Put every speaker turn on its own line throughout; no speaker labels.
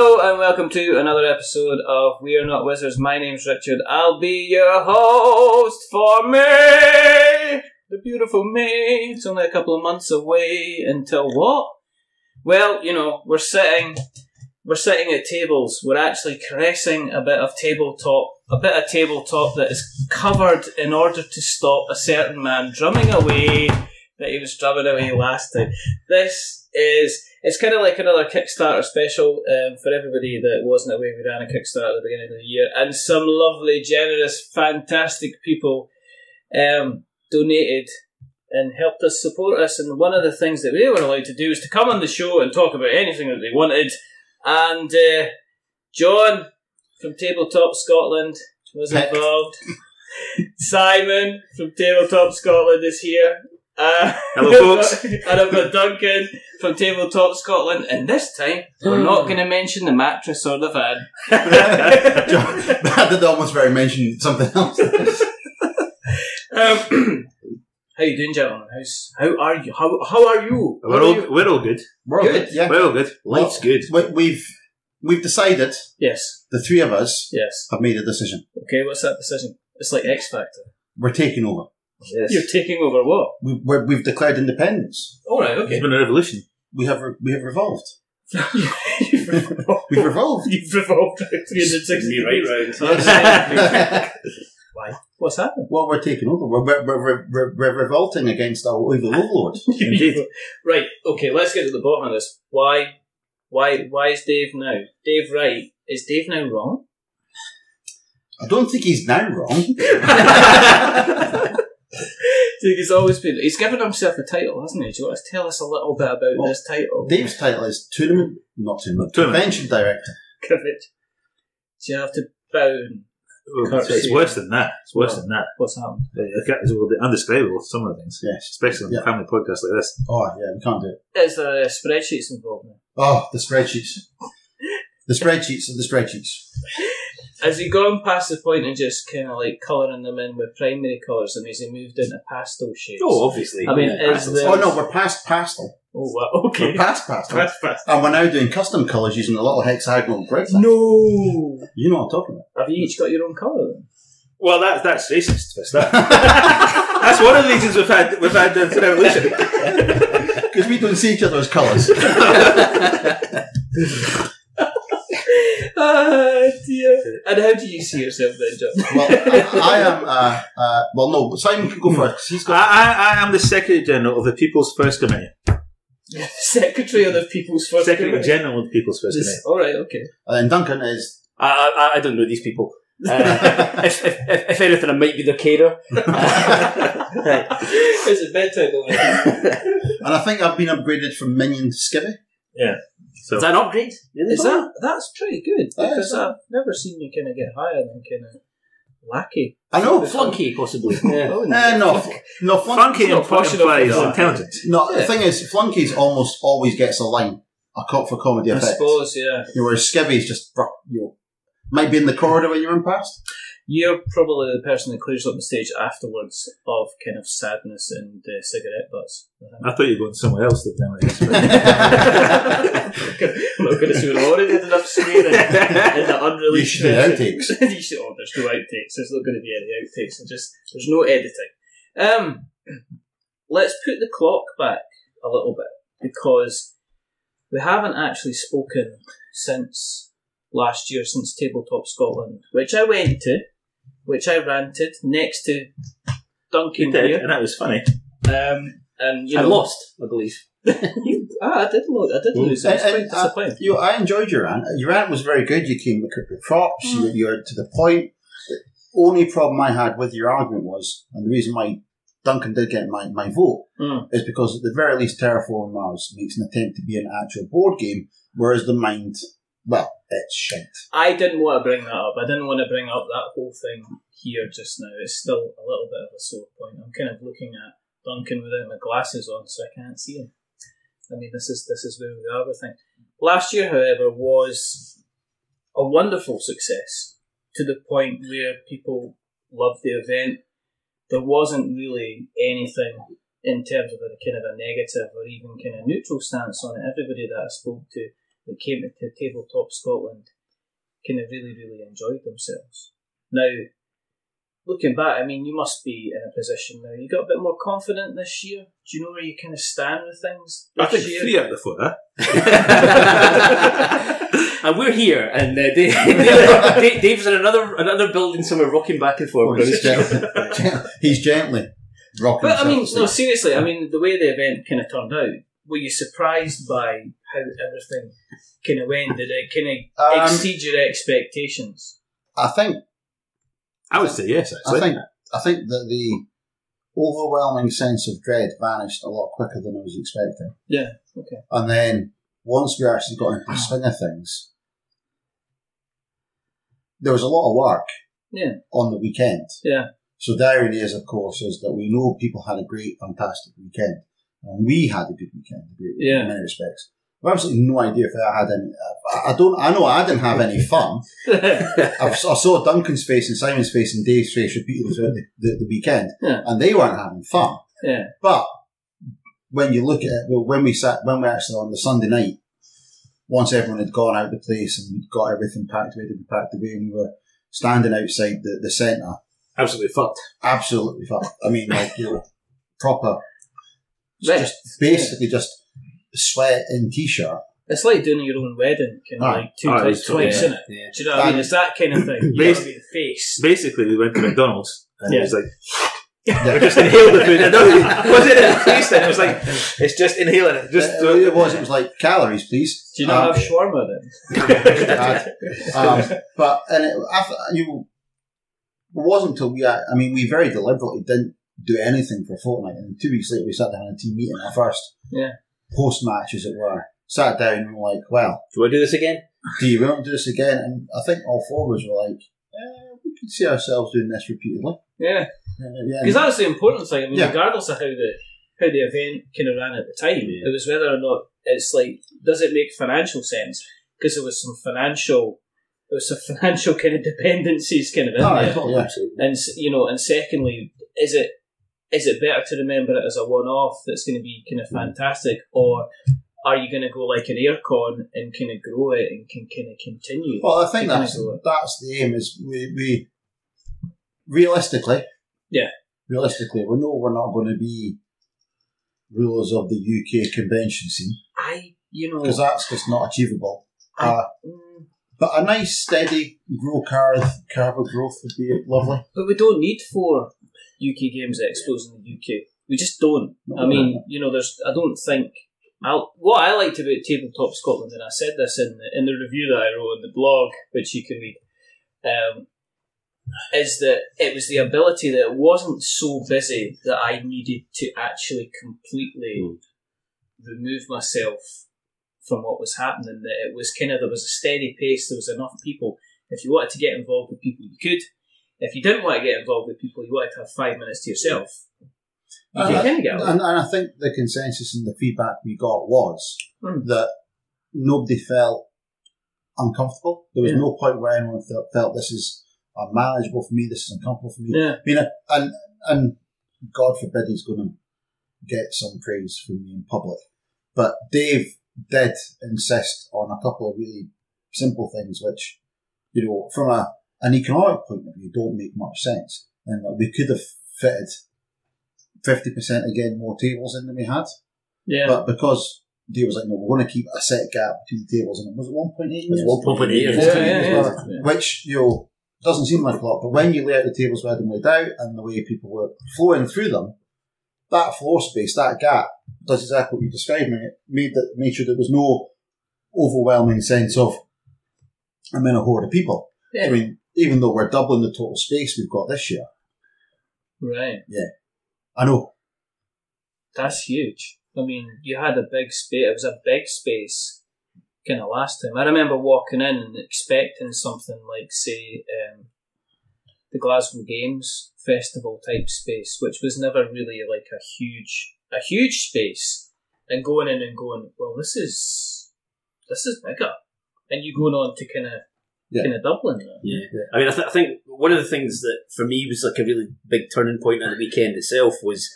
welcome to another episode of We Are Not Wizards. My name's Richard. I'll be your host for May! The beautiful May. It's only a couple of months away until what? Well, you know, we're sitting we're sitting at tables. We're actually caressing a bit of tabletop, a bit of tabletop that is covered in order to stop a certain man drumming away that he was drumming away last time. This is it's kind of like another Kickstarter special um, for everybody that wasn't aware we ran a Kickstarter at the beginning of the year, and some lovely, generous, fantastic people um, donated and helped us support us. And one of the things that they were allowed to do is to come on the show and talk about anything that they wanted. And uh, John from Tabletop Scotland was
Heck.
involved. Simon from Tabletop Scotland is here. Uh,
Hello, folks.
and I've got Duncan from Tabletop Scotland, and this time we're not going to mention the mattress or the van.
John, that did almost very mention something else.
Um, how you doing, gentlemen? How's, how are you? How, how are you?
We're
How
all
are you?
we're all good.
We're all good, yeah.
We're all good. Life's good.
We, we've we've decided
Yes,
the three of us
yes.
have made a decision.
Okay, what's that decision? It's like X Factor.
We're taking over.
You're taking over what?
We, we're, we've declared independence.
All right,
It's been a revolution.
We have re- we have revolved.
You've revolved.
We've revolved.
You've revolved out 360 What's happened?
well, we're taking over. We're, we're, we're, we're, we're revolting against our evil overlord.
Indeed.
Right. Okay. Let's get to the bottom of this. Why? Why? Why is Dave now? Dave right? Is Dave now wrong?
I don't think he's now wrong.
Dude, he's always been. He's given himself a title, hasn't he? Do you want to tell us a little bit about
Well,
this title?
Dave's title is tournament, not tournament,
Tournament.
convention director.
Give it. Do you have to bound?
Oh, it's, it's worse than that. It's worse than that.
What's happened?
I can't- It's well, undescribable. Some of the things,
Yes.
especially on
Yeah.
a family podcast like this.
Oh yeah, we can't do it.
Is there uh, spreadsheets involved now?
Oh, the spreadsheets. The spreadsheets are the spreadsheets.
Has he gone past the point and just kind of like colouring them in with primary colours and has he moved into pastel shades?
obviously.
I mean, is
Oh, pastel.
the-
Oh no, we're past pastel.
Oh, wow.
We're
Okay.
past pastel.
That's fast.
And we're now doing custom colours using the little hexagonal grid.
No!
You know what I'm talking about.
Have you each got your own colour then?
well, that's that's racist. That's, that. that's one of the reasons we've had we've had uh, the revolution.
Because we don't see each other's colours.
Ah, dear. And how do you see yourself then, John?
well, I, I am. Uh, uh, well, no, Simon can go first 'cause he's
I,
got.
I, I am the Secretary General of the People's First Committee.
Secretary of the People's First
Secretary
Committee.
General of the People's First Committee.
Just- All right, okay.
And then Duncan is.
I, I, I don't know these people. Uh, if, if, if, if anything, I might be their carer.
it's a bedtime moment.
And I think I've been upgraded from minion to skivvy.
So
Is that an upgrade? Really?
Is that that's pretty good
Yeah,
because
it's not-
I've never seen you kind of get higher than kind of lackey.
I know. Flunk.
Flunky, possibly. Yeah.
Oh,
Eh, no, fl- no, flunk.
funky
not
implies
pushing up against-
intelligent.
No, the
Yeah.
thing is, flunkies almost always gets a line. A cop for comedy
I
effect.
suppose yeah.
You know, whereas skivvy's just bro, you know, might be in the corridor when you run past.
You're probably the person that clears up the stage afterwards of kind of sadness and uh, cigarette butts.
I thought you were going somewhere else. To
I'm not going to see what I already had enough swearing in the
you
unreleased.
should do
version.
outtakes.
you should, oh, there's no outtakes. There's not going to be any outtakes. There's just there's no editing. Um, let's put the clock back a little bit because we haven't actually spoken since last year, since Tabletop Scotland, which I went to, which I ranted next to Duncan
You did,
here,
and that was funny.
um, and you
I
know,
lost, I believe.
You, ah, I did lose. I did
Mm.
lose. I was
And-
quite
and, uh,
disappointed.
You, I enjoyed your rant. Your rant was very good. You came equipped with props. You, you were to the point. The only problem I had with your argument was, and the reason why Duncan did get my, my vote,
Mm.
is because at the very least Terraform Mars makes an attempt to be an actual board game, whereas the mind, well, it's shit.
I didn't want to bring that up. I didn't want to bring up that whole thing here just now. It's still a little bit of a sore point. I'm kind of looking at Duncan without my glasses on, so I can't see him. I mean, this is this is where we are with things. Last year, however, was a wonderful success to the point where people loved the event. There wasn't really anything in terms of a kind of a negative or even kind of neutral stance on it. Everybody that I spoke to that came to Tabletop Scotland kind of really, really enjoyed themselves. Now, looking back, I mean, you must be in a position now. You got a bit more confident this year. Do you know where you kind of stand with things?
I
This
think
year?
three out of the four, huh?
and we're here, and uh, Dave, Dave, Dave's in another another building somewhere, rocking back and forth.
Oh, he's, gently, he's gently rocking.
But I mean, no,
himself.
seriously. I mean, the way the event kind of turned out. Were you surprised by how everything kind of went? Did it kind of
Um,
exceed your expectations?
I think
I would say yes,
I
actually.
think I think that the overwhelming sense of dread vanished a lot quicker than I was expecting.
Yeah, okay.
And then once we actually got into the swing of things, there was a lot of work.
Yeah.
On the weekend.
Yeah.
So the irony is, of course, is that we know people had a great, fantastic weekend, and we had a good weekend. A great
Yeah.
In many respects. I've absolutely no idea if I had any. I- I don't. I know I didn't have any fun. I've, I saw Duncan's face and Simon's face and Dave's face repeatedly throughout the, the, the weekend,
Yeah.
and they weren't having fun.
Yeah.
But when you look at it, well, when we sat, when we actually on the Sunday night, once everyone had gone out of the place and we'd got everything packed away, to be packed away, and we were standing outside the, the centre,
Absolutely fucked.
absolutely fucked. I mean, like you know, proper,
Right.
basically just sweat in t-shirt.
It's like doing your own wedding, kind of
Aye.
like two
Aye,
times,
totally,
twice,
yeah.
in it. Do you know what I mean? It's that kind of thing. You
Based-
gotta be the face.
Basically, we went to McDonald's and it
Yeah.
was like,
Yeah.
we just inhaled the food. I know it was it a taste then? It was like, it's just inhaling it. Just
uh,
it, Uh, it was. It was like calories, please.
Do you not
Um,
have shawarma then?
bad. Um, but and it, I, th- you know, it wasn't until we, I mean, we very deliberately didn't do anything for a fortnight, and two weeks later we sat down and a team meeting. Our first
Yeah.
post match, as it were, sat down and were like, "Well,
Do I do this again?
do you want to do this again?" And I think all four of us were like, eh, "We could see ourselves doing this repeatedly."
Yeah,
Uh, yeah,
because that was the important thing. I mean,
Yeah.
regardless of how the how the event kind of ran at the time,
Yeah.
it was whether or not it's like does it make financial sense? Because there was some financial, there was some financial kind of dependencies kind of in
Oh,
there.
yeah, totally, yeah.
and s- you know, and secondly, is it is it better to remember it as a one-off that's going to be kind of fantastic, or are you going to go like an aircon and kind of grow it and can kind of continue?
Well, I think
Keep
that's
going.
that's the aim. Is we, we realistically,
Yeah.
realistically, we know we're not going to be rulers of the UK convention scene
I, you know,
because that's just not achievable.
I-
Uh,
mm,
but a nice steady grow curve, curve of growth would be lovely.
but we don't need four UK games expos in the UK. We just don't.
No,
I mean,
no.
you know, there's. I don't think. I'll, what I liked about Tabletop Scotland, and I said this in the, in the review that I wrote in the blog, which you can read, um, is that it was the ability that it wasn't so busy that I needed to actually completely remove myself from what was happening. That it was kind of there was a steady pace. There was enough people. If you wanted to get involved with people, you could. If you didn't want to get involved with people, you wanted to have five minutes to yourself. You
Uh,
could kind of get away.
And, and I think the consensus and the feedback we got was
Hmm.
that nobody felt uncomfortable. There was
Yeah.
no point where anyone felt, felt this is unmanageable for me, this is uncomfortable for me.
Yeah.
I mean, and and God forbid he's going to get some praise from me in public, but Dave did insist on a couple of really simple things, which you know, from a an economic point of view, don't make much sense, and that we could have fitted fifty percent again more tables in than we had,
Yeah.
but because. Dave was like, no, we're going to keep a set gap between the tables, and it was it 1.8
It's
years?
1.8 years.
Yeah, yeah, yeah.
Well, which you know doesn't seem like a lot, but when you lay out the tables where them laid out and the way people were flowing through them, that floor space, that gap, does exactly what you described. and It made that made sure there was no overwhelming sense of I'm in a horde of people. I
Yeah.
mean, even though we're doubling the total space we've got this year,
Right.
I know
That's huge. I mean, you had a big space. It was a big space kind of last time. I remember walking in and expecting something like, say, um, the Glasgow Games festival type space, which was never really like a huge, a huge space. And going in and going, well, this is this is bigger, and you going on to kind of
Yeah.
kind of Dublin. Now.
Yeah. I mean, I, th- I think one of the things that for me was like a really big turning point on the weekend itself was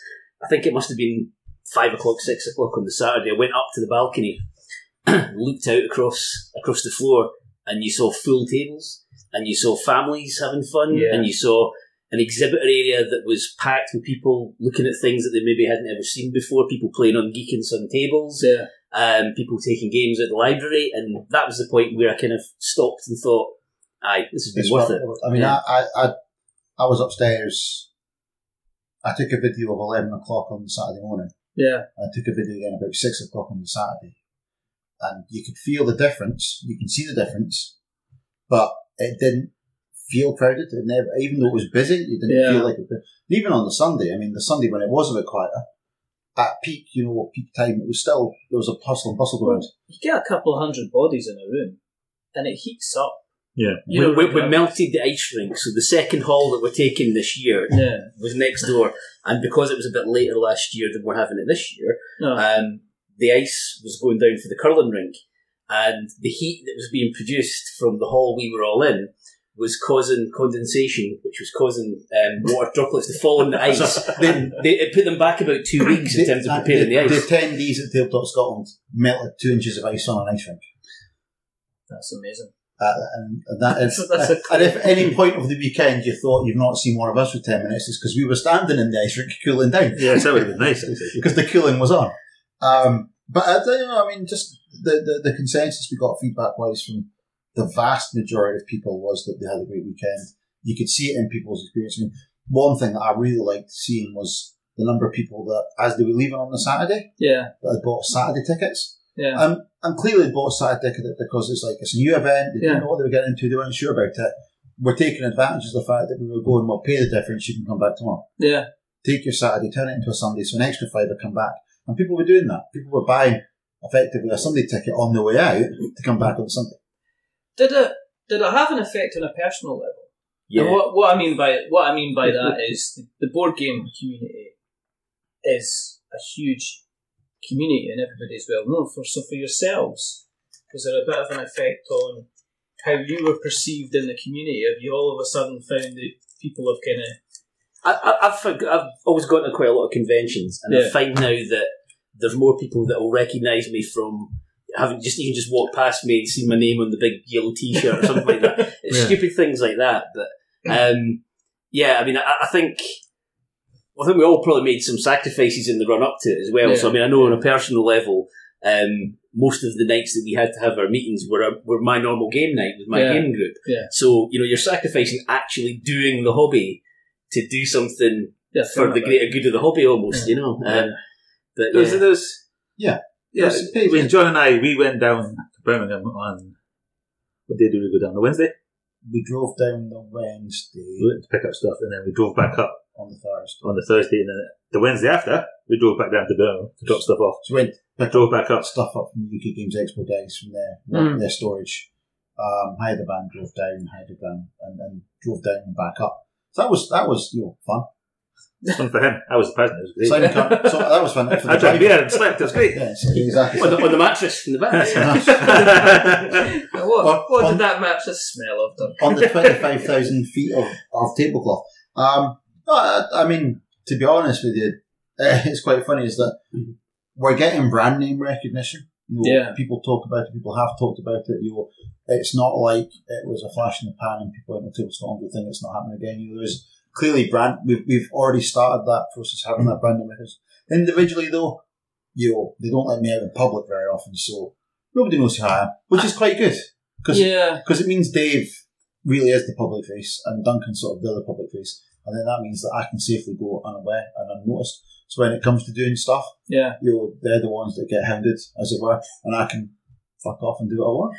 I think it must have been five o'clock, six o'clock on the Saturday. I went up to the balcony, looked out across across the floor, and you saw full tables, and you saw families having fun,
Yeah.
and you saw an exhibitor area that was packed with people looking at things that they maybe hadn't ever seen before, people playing on geek and sun tables,
Yeah.
um, people taking games at the library, and that was the point where I kind of stopped and thought, aye, this has been
It's
worth
well-
it.
I mean,
Yeah.
I, I, I, I was upstairs. I took a video of 11 o'clock on Saturday morning.
Yeah.
I took a video again about six o'clock on the Saturday, and you could feel the difference. You can see the difference, but it didn't feel crowded. It never, even though it was busy, you didn't
Yeah.
feel like it. was- Even on the Sunday, I mean, the Sunday when it was a bit quieter, at peak, you know, peak time, it was still there was a hustle and bustle going. on.
You get a couple hundred bodies in a room, and it heats up.
Yeah.
You
we,
know,
we, we melted the ice rink, so the second hall that we're taking this year
Yeah.
was next door, and because it was a bit later last year than we're having it this year,
No.
um, the ice was going down for the curling rink, and the heat that was being produced from the hall we were all in was causing condensation, which was causing um, water droplets to fall on the ice. then they, it put them back about two weeks in terms of
and
preparing the
the
ice.
attendees at Tabletop Scotland melted two inches of ice on an ice rink.
That's amazing.
Uh, and and that is,
That's a
and if any point of the weekend you thought you've not seen one of us for 10 minutes, it's because we were standing in the ice rink cooling down.
Yes, that would have been nice. actually.
because the cooling was on. Um, but I, don't know, I mean, just the, the, the consensus we got feedback wise from the vast majority of people was that they had a great weekend. You could see it in people's experience. I mean, one thing that I really liked seeing was the number of people that, as they were leaving on the Saturday,
Yeah.
that had bought Saturday tickets.
Yeah.
Um, and clearly bought Saturday ticket because it's like it's a new event. They
Yeah.
didn't know what they were getting into. They weren't sure about it. We're taking advantage of the fact that we were going. Well, pay the difference. You can come back tomorrow
Yeah.
take your Saturday, turn it into a Sunday, so an extra fiver come back. And people were doing that. People were buying effectively a Sunday ticket on the way out to come back on Sunday.
Did it did it have an effect on a personal level?
Yeah.
And what what I mean by what I mean by that is the board game community is a huge community, and everybody's well known for. So for yourselves, was there a bit of an effect on how you were perceived in the community? Have you all of a sudden found that people have kind of
I, I, I've forg- I've always gone to quite a lot of conventions, and I
Yeah.
find now that there's more people that will recognise me from having just even just walked past me and seen my name on the big yellow T-shirt or something like that. It's
Yeah.
stupid things like that, but um, yeah, I mean, I, I think. I think we all probably made some sacrifices in the run up to it as well. So I mean, I know on a personal level, um, most of the nights that we had to have our meetings were uh, were my normal game night with my
Yeah.
game group.
Yeah.
So you know, you're sacrificing actually doing the hobby to do something
yeah,
for the greater good of the hobby, almost, you know. Um, but
There was-
yeah.
there was-
Yeah.
yeah.
There's some
When John and I we went down to Birmingham on what day did we go down? The Wednesday
We drove down the Wednesday
we went to pick up stuff, and then we drove back up
on the Thursday.
on the Thursday, and then the Wednesday after we drove back down to Birmingham to drop stuff off.
So we went
I drove back up.
got stuff up from the UK Games Expo guys from their their-
Mm.
their storage. Um, hired a van, drove down, hired a van, and then drove down and back up. So that was that was you know fun.
Fun for him. I was the president. It was great.
Simon Cam- so that was fun. For
I
the
drank
driver.
beer and slept. It was great.
Yes, exactly.
on, the, on the mattress in the back.
Now, What,
Well,
what
on-
did that match the smell of done?
on the 25,000 feet of, of tablecloth. Um, no, I, I mean, to be honest with you, eh, it's quite funny is that we're getting brand name recognition. You know,
Yeah.
People talk about it, people have talked about it. You know, it's not like it was a flash in the pan and people in the table Scotland would think it's not happening again. You know, there's clearly brand, we've, we've already started that process, having that brand name recognition. Individually, though, you know, they don't let me out in public very often, so nobody knows who I am, which is quite good. Because
Yeah,
because it means Dave really is the public face and Duncan's sort of the other public face. And then that means that I can safely go unaware and unnoticed. So when it comes to doing stuff,
yeah.
you know, they're the ones that get hounded, as it were, and I can fuck off and do what I want.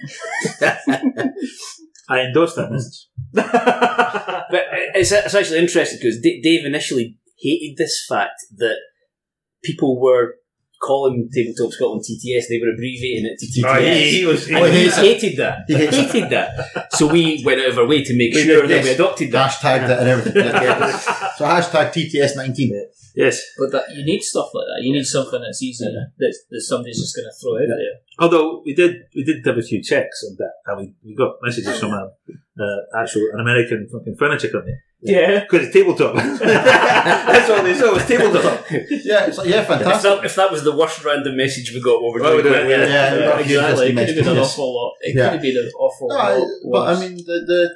I endorsed that message.
But uh, it's, it's actually interesting because D- Dave initially hated this fact that people were calling Tabletop Scotland TTS, they were abbreviating it to
Oh,
TTS.
he, he was. He
And
was
he
hates it.
hated that. He hated that. So we went out of our way to make
We
sure
did
that we
this.
adopted that.
Hashtagged it and everything. so hashtag TTS19.
yes.
But that you need stuff like that. You need something that's easy that, that somebody's just going to throw out there.
Although we did, we did have a few um, checks on that, and we, we got messages from a uh, actual an American fucking furniture company
Yeah.
Because it's tabletop. That's all they saw was tabletop.
Yeah, it's like, yeah,
If
fantastic.
that, if that was the worst random message we got, what we're
Well,
doing,
we don't-
yeah.
Yeah,
Yeah,
Exactly. It could have been an
Yes.
awful lot. It
Yeah.
could have been an awful
No,
lot.
I- but I
worse.
mean, the, the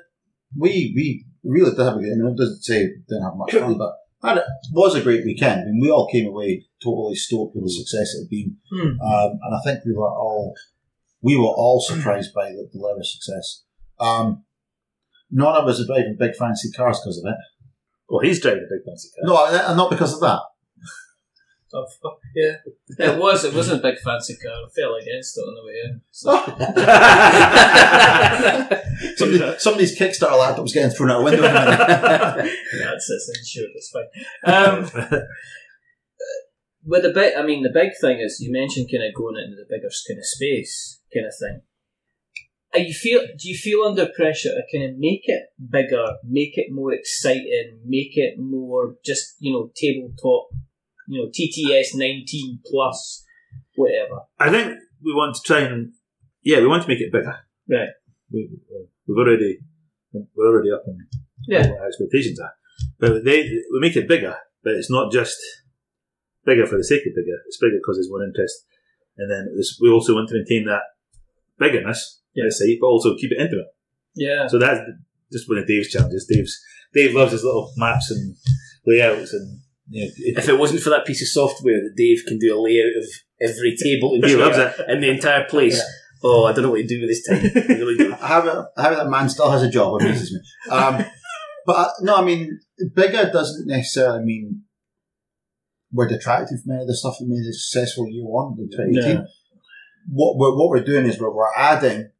we we really did have a good. I mean, it doesn't say we didn't have much fun, but had, it was a great weekend. I mean, we all came away totally stoked with the success it had been,
Hmm.
um, and I think we were all we were all surprised by the, the level of success. Um, none of us are driving big fancy cars because of it.
Well, he's driving a big fancy car.
No, and and not because of that.
Oh, fuck, yeah. It was. It wasn't a big fancy car. I fell against it on the way in. So.
Somebody, somebody's Kickstarter laptop was getting thrown out a window. in a minute.
That's it's insured. It's fine. Um, but the big, I mean, the big thing is you mentioned kind of going into the bigger kind of space kind of thing. Are you feel? Do you feel under pressure to kind of make it bigger, make it more exciting, make it more just you know tabletop, you know TTS nineteen plus, whatever.
I think we want to try and yeah, we want to make it bigger.
Right.
We, we've already we're already up in
Yeah.
what our expectations are, but they we make it bigger. But it's not just bigger for the sake of bigger. It's bigger because there's more interest, and then it's, we also want to maintain that biggerness,
Yeah.
let's say, but also keep it intimate.
Yeah.
So that's just one of Dave's challenges. Dave's Dave loves his little maps and layouts and you know, it-
If it wasn't for that piece of software that Dave can do a layout of every table and
he
chair
loves it.
and the entire place, oh, I don't know what to do with this time. I really don't.
how, how that man still has a job amazes me. Um, but uh, no, I mean, bigger doesn't necessarily mean we're detracted from any of the stuff we made a successful year one in 2018.
No.
What, we're, what we're doing is we're, we're adding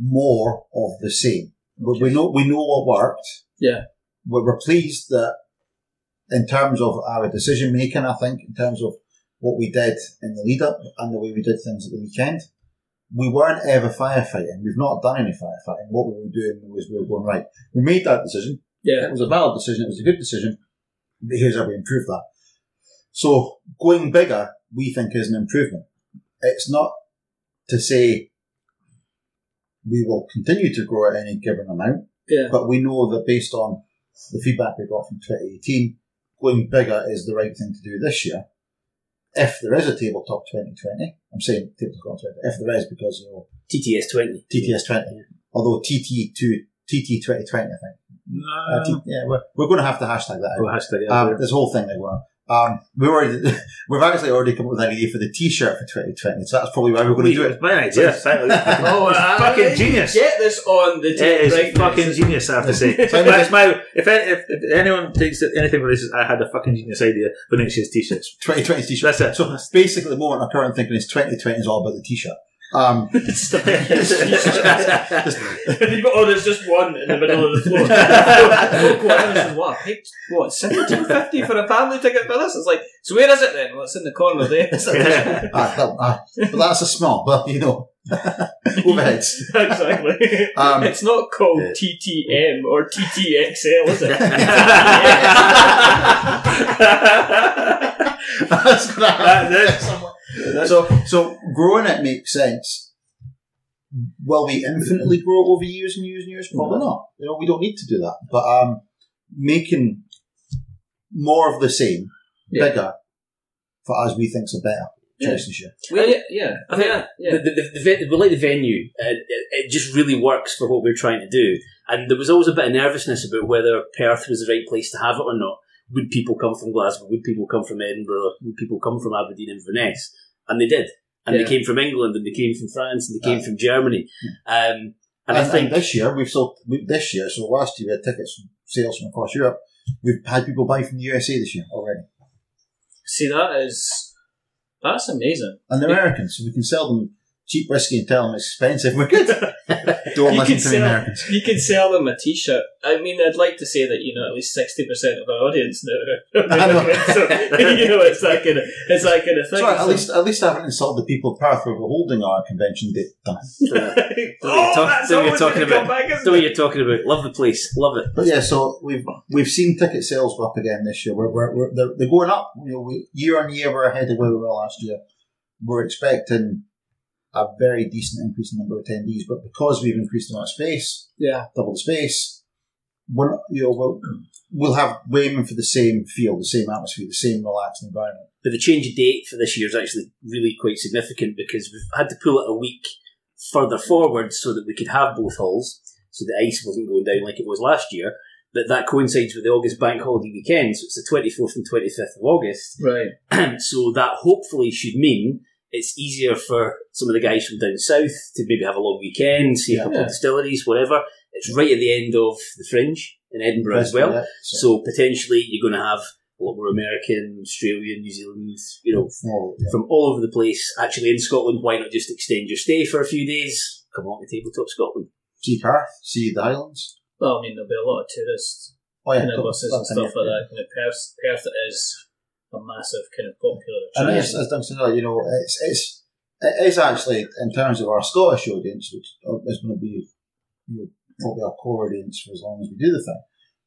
more of the same. We, we know we know what worked.
Yeah.
We're, we're pleased that in terms of our decision making, I think, in terms of what we did in the lead up and the way we did things at the weekend, we weren't ever firefighting. We've not done any firefighting. What we were doing was we were going right. We made that decision.
Yeah.
It was a valid decision. It was a good decision. But here's how we improve that. So going bigger, we think is an improvement. It's not to say we will continue to grow at any given amount,
Yeah.
but we know that based on the feedback we got from 2018, going bigger is the right thing to do this year. If there is a tabletop 2020, I'm saying tabletop 2020, if there is because, you know,
TTS 20.
TTS 20, although TT to TT 2020, I think. Uh,
No.
T- yeah, we're, we're going to have to hashtag that out.
Oh, hashtag, yeah,
Um, this whole thing they're going on. Um, we already, we've actually already come up with an idea for the T-shirt for 2020, so that's probably why we're going to do it.
It's my idea. exactly.
Oh, I-
fucking genius.
Get this on the
It
tape
is
right now.
fucking genius, I have to say.
So
That's my. If, any, if, if anyone thinks that anything from this is, I had a fucking genius idea for next year's t-shirts.
2020 T-shirt.
That's it.
So basically, at the moment, our current thinking is 2020 is all about the T-shirt. Um,
And you've got, oh, there's just one in the middle of the floor. Look, what, else is what, I paid, what, seventeen fifty for a family ticket for this? It's like, so where is it then? Well, it's in the corner there. It's like,
Yeah.
ah, that- ah, but that's a small, but you know, overheads.
exactly.
Um,
it's not called
Yeah.
TTM or TTXL, is it?
that's gonna happen.
That's
So, so growing it makes sense. Will we infinitely grow over years and years and years? Probably not. You know, we don't need to do that. But um, making more of the same,
Yeah.
bigger, for us, we think's a better choice this year.
Well, yeah, yeah,
I think-
yeah, yeah.
The, the, the, the, ve- we like the venue. Uh, it, it just really works for what we're trying to do. And there was always a bit of nervousness about whether Perth was the right place to have it or not. Would people come from Glasgow? Would people come from Edinburgh? Would people come from Aberdeen and Inverness? And they did. And
Yeah.
they came from England, and they came from France, and they came
Yeah.
from Germany. Um, and,
And,
I think
this year we've sold we, this year. So last year we had tickets from sales from across Europe. We've had people buy from the USA this year already,
See, that is, that's amazing.
and they're Americans, so we can sell them cheap whiskey and tell them it's expensive. We're good. Don't
You can
listen to the
sell-
Americans.
You could sell them a T-shirt. I mean, I'd like to say that you know at least sixty percent of our audience know.
I know.
so, you know, it's that kind of it's that kind of thing.
Sorry, at
So-
least at least I haven't insulted the people of Perth who were holding our convention date. Done.
Oh, talk- that's so you're always talking gonna come
Back,
that's what you're talking about. Love the place. Love it.
But yeah, so we've we've seen ticket sales go up again this year. We're, we're, we're they're, they're going up. You know, we, year on year, we're ahead of where we were last year. We're expecting a very decent increase in the number of attendees, but because we've increased the amount of space,
yeah,
double the space, we're not, you know, we'll, we'll have we're aiming for the same feel, the same atmosphere, the same relaxed environment.
But the change of date for this year is actually really quite significant because we've had to pull it a week further forward so that we could have both halls, so the ice wasn't going down like it was last year. But that coincides with the August bank holiday weekend, so it's the 24th and 25th of August.
Right.
so that hopefully should mean it's easier for some of the guys from down south to maybe have a long weekend, see a couple
Yeah.
of distilleries, whatever. It's right at the end of the fringe in Edinburgh as well.
Yeah,
So potentially you're going to have a lot more American, Australian, New Zealand, you know,
it's more, yeah.
from all over the place. Actually, in Scotland, why not just extend your stay for a few days? Come on to Tabletop Scotland.
see Perth, see the Highlands.
Well, I mean, there'll be a lot of tourists
Oh
kind of
that-
buses and
that's
stuff
it,
like
yeah.
that. Kind of Perth, Perth is a massive kind of popular
And
attraction.
as, as Duncan said, "Oh, you know, it's it's it is actually in terms of our Scottish audience, which is going to be you know, probably our core audience for as long as we do the thing.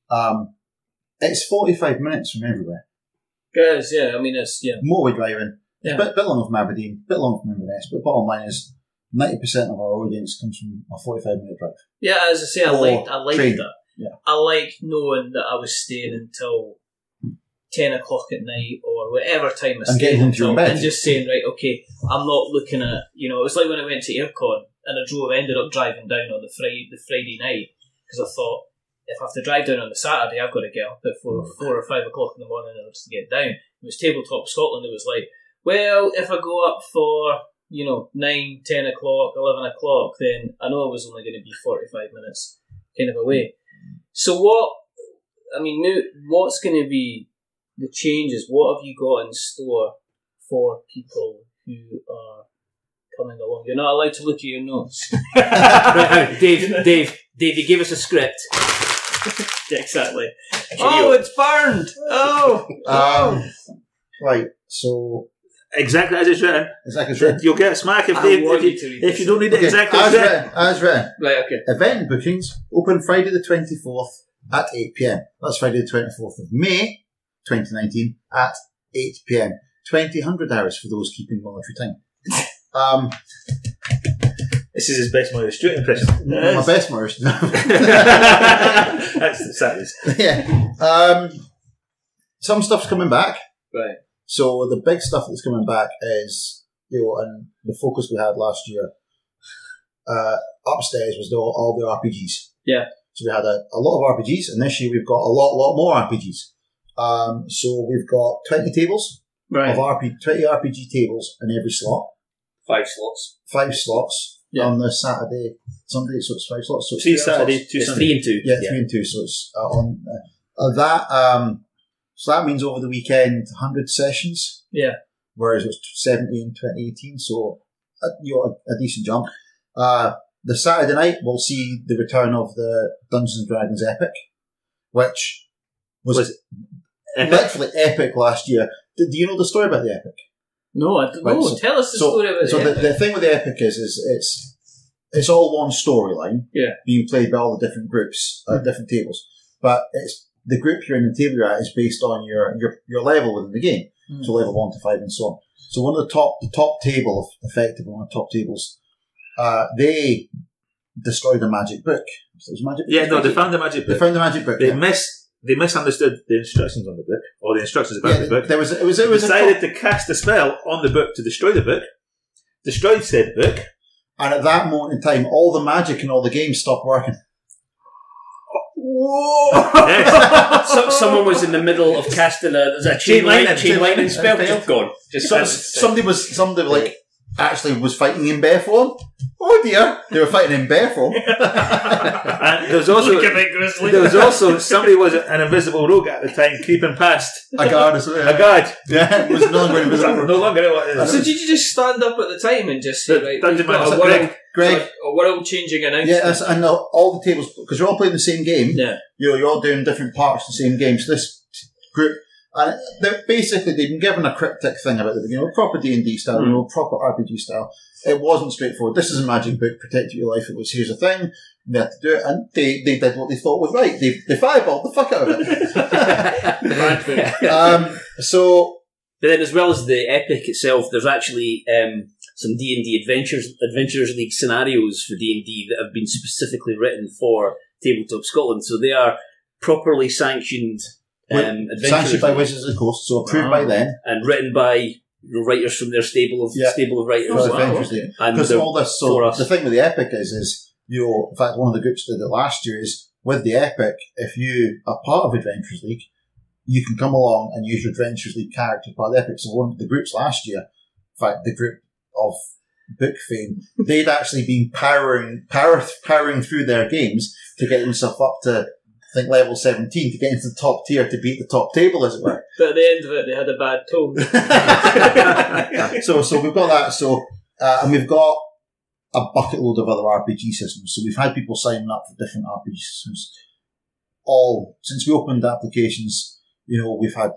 Um, it's forty five minutes from everywhere.
Guys, yeah, I mean, it's, yeah.
Motorway driving,
Yeah.
bit, bit long from Aberdeen, bit long from Inverness, but bottom line is ninety percent of our audience comes from a forty five minute drive.
Yeah, as I say, I
Or
liked, I liked
train.
that.
Yeah.
I like knowing that I was staying until ten o'clock at night or whatever time I
And
stayed
getting home to your
until,
bed.
and just saying, right, okay, I'm not looking at you know. It's like when I went to Aircon and I drove, I ended up driving down on the Friday, the Friday night because I thought if I have to drive down on the Saturday, I've got to get up at
Mm.
four, four or five o'clock in the morning in order to get down. It was tabletop Scotland. It was like, well, if I go up for you know nine, ten o'clock, eleven o'clock, then I know I was only going to be forty-five minutes kind of away. So what? I mean, now- what's going to be the changes? What have you got in store for people who are coming along? You're not allowed to look at your notes.
Right, hang on. Dave, Dave, Dave, you gave us a script.
exactly.
Oh,
it's burned. Oh.
Um, right, so
Exactly as it's written.
it's like it's
Then
written.
You'll get a smack if,
I
they,
want
if,
you to read
you, if
this.
you don't read it
Okay,
exactly
as
as written.
written, as written.
Right. Okay.
Event bookings open Friday the 24th at 8pm. That's Friday the 24th of May 2019 at 8pm. 20 hundred hours for those keeping monetary time. Um,
This is his best Mario Stewart impression.
my best Morris.
That's the saddest.
yeah. Um, some stuff's coming back.
Right.
So the big stuff that's coming back is, you know, and the focus we had last year uh, upstairs was the, all the RPGs.
Yeah.
So we had a, a lot of RPGs, and this year we've got a lot, lot more RPGs. Um, so we've got 20 tables
Right.
of RP, 20 RPG tables in every slot,
Five slots.
five slots
Yeah.
on the Saturday, Sunday, so it's five slots. So it's
Three
twelve slots.
Saturday, two
It's
Sunday.
three and two.
Yeah, three and two. So it's uh, on uh, uh, that. Um, so that means over the weekend, hundred sessions.
Yeah.
Whereas it was seventy in twenty eighteen. So uh, you know, a, a decent jump. Uh, the Saturday night, we'll see the return of the Dungeons and Dragons epic, which was,
Was Epic.
literally epic last year. Do, do you know the story about the epic?
No, I don't
Right,
know.
so-
Tell us the story about
so
the
the, the thing with the epic is, is it's it's all one storyline.
Yeah.
Being played by all the different groups
Hmm.
at different tables, but it's the group you're in and table you're at is based on your your, your level within the game.
Mm.
Hmm.
So level one to five and so on. So one of the top the top table, effectively one of the top tables, uh, they destroyed a magic book. So it was magic.
Yeah, no, they found the magic
They
book.
found the magic book.
They
yeah.
mis they misunderstood the instructions on the book or the instructions about
Yeah,
the book.
there was it was it
They
was
decided
a,
to cast a spell on the book to destroy the book. Destroyed said book.
and at that moment in time, all the magic and all the games stopped working.
Whoa!
So, someone was in the middle of casting a, there's a chain,
Chain
lightning,
lightning,
chain
chain
lightning
lightning
spell.
failed.
Just gone. Just
So,
gone.
somebody was somebody like actually was fighting in bare form. Oh dear, they were fighting in bare form.
and there was also there was also somebody was an invisible rogue at the time creeping past
A guard as
a
well.
guard.
Yeah, it was no longer invisible.
no longer it
So
was.
did you just stand up at the time and just say,
The
right,
dungeon
we've got
master,
a world,
Greg.
Greg.
a world-changing
Yeah,
announcement?
that's, and the, all the tables because you're all playing the same game.
Yeah.
You're you're all doing different parts of the same game. So this group, and they're basically they've been given a cryptic thing about the you know proper D and D style, you know proper RPG style. It wasn't straightforward. This is a magic book. Protect your life. It was here's a thing. and They had to do it, and they, they did what they thought was right. They they fireballed the fuck out of it. um, so
But then, as well as the epic itself, there's actually um, some D and D adventures, Adventurers League scenarios for D and D that have been specifically written for Tabletop Scotland. So they are properly sanctioned um, adventure
Sanctioned by Wizards of the Coast, so approved by
Ah.
them
and written by writers from their stable of
Yeah.
stable of
for
writers.
Oh, wow.
Adventures
okay.
League.
And uh,
Because
they're-
all this,
for
so
us.
the thing with the epic is, is you know, in fact, one of the groups did it last year. Is with the epic, if you are part of Adventures League, you can come along and use your Adventures League character as part of the epic. So one of the groups last year, in fact, the group of book fame, they'd actually been powering power, powering through their games to get themselves up to. I think level 17 to get into the top tier to beat the top table, as it were.
But at the end of it, they had a bad tone.
so so we've got that. So uh, and we've got a bucket load of other RPG systems. So we've had people signing up for different RPG systems. All since we opened applications, you know, we've had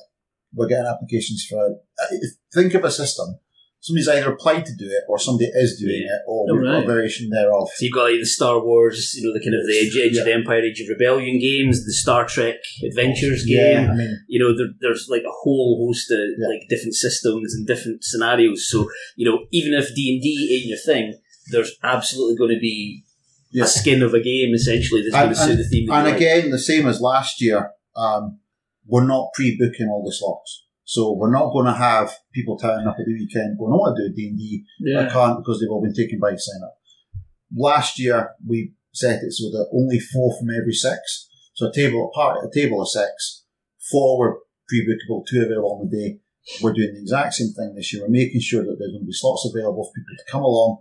we're getting applications for. uh, Think of a system. Somebody's either applied to do it, or somebody is doing it, or
Oh,
we've got
right.
a variation thereof.
So you've got like the Star Wars, you know, the kind of the Age, Age of the Empire, Age of Rebellion games, the Star Trek Adventures game.
Yeah, I mean,
You know, there, there's like a whole host of
Yeah.
like different systems and different scenarios. So you know, even if D and D ain't your thing, there's absolutely going to be
Yeah.
a skin of a game essentially that's going
And-
to suit the theme. That
And
you like.
again, the same as last year, um, we're not pre-booking all the slots. So we're not going to have people turning up at the weekend going, "Oh, I want to do D&D. I
Yeah.
can't because they've all been taken by sign up. Last year, we set it so that only four from every six. So a table, a part, a table of six, four were pre-bookable, two available on the day. We're doing the exact same thing this year. We're making sure that there's going to be slots available for people to come along.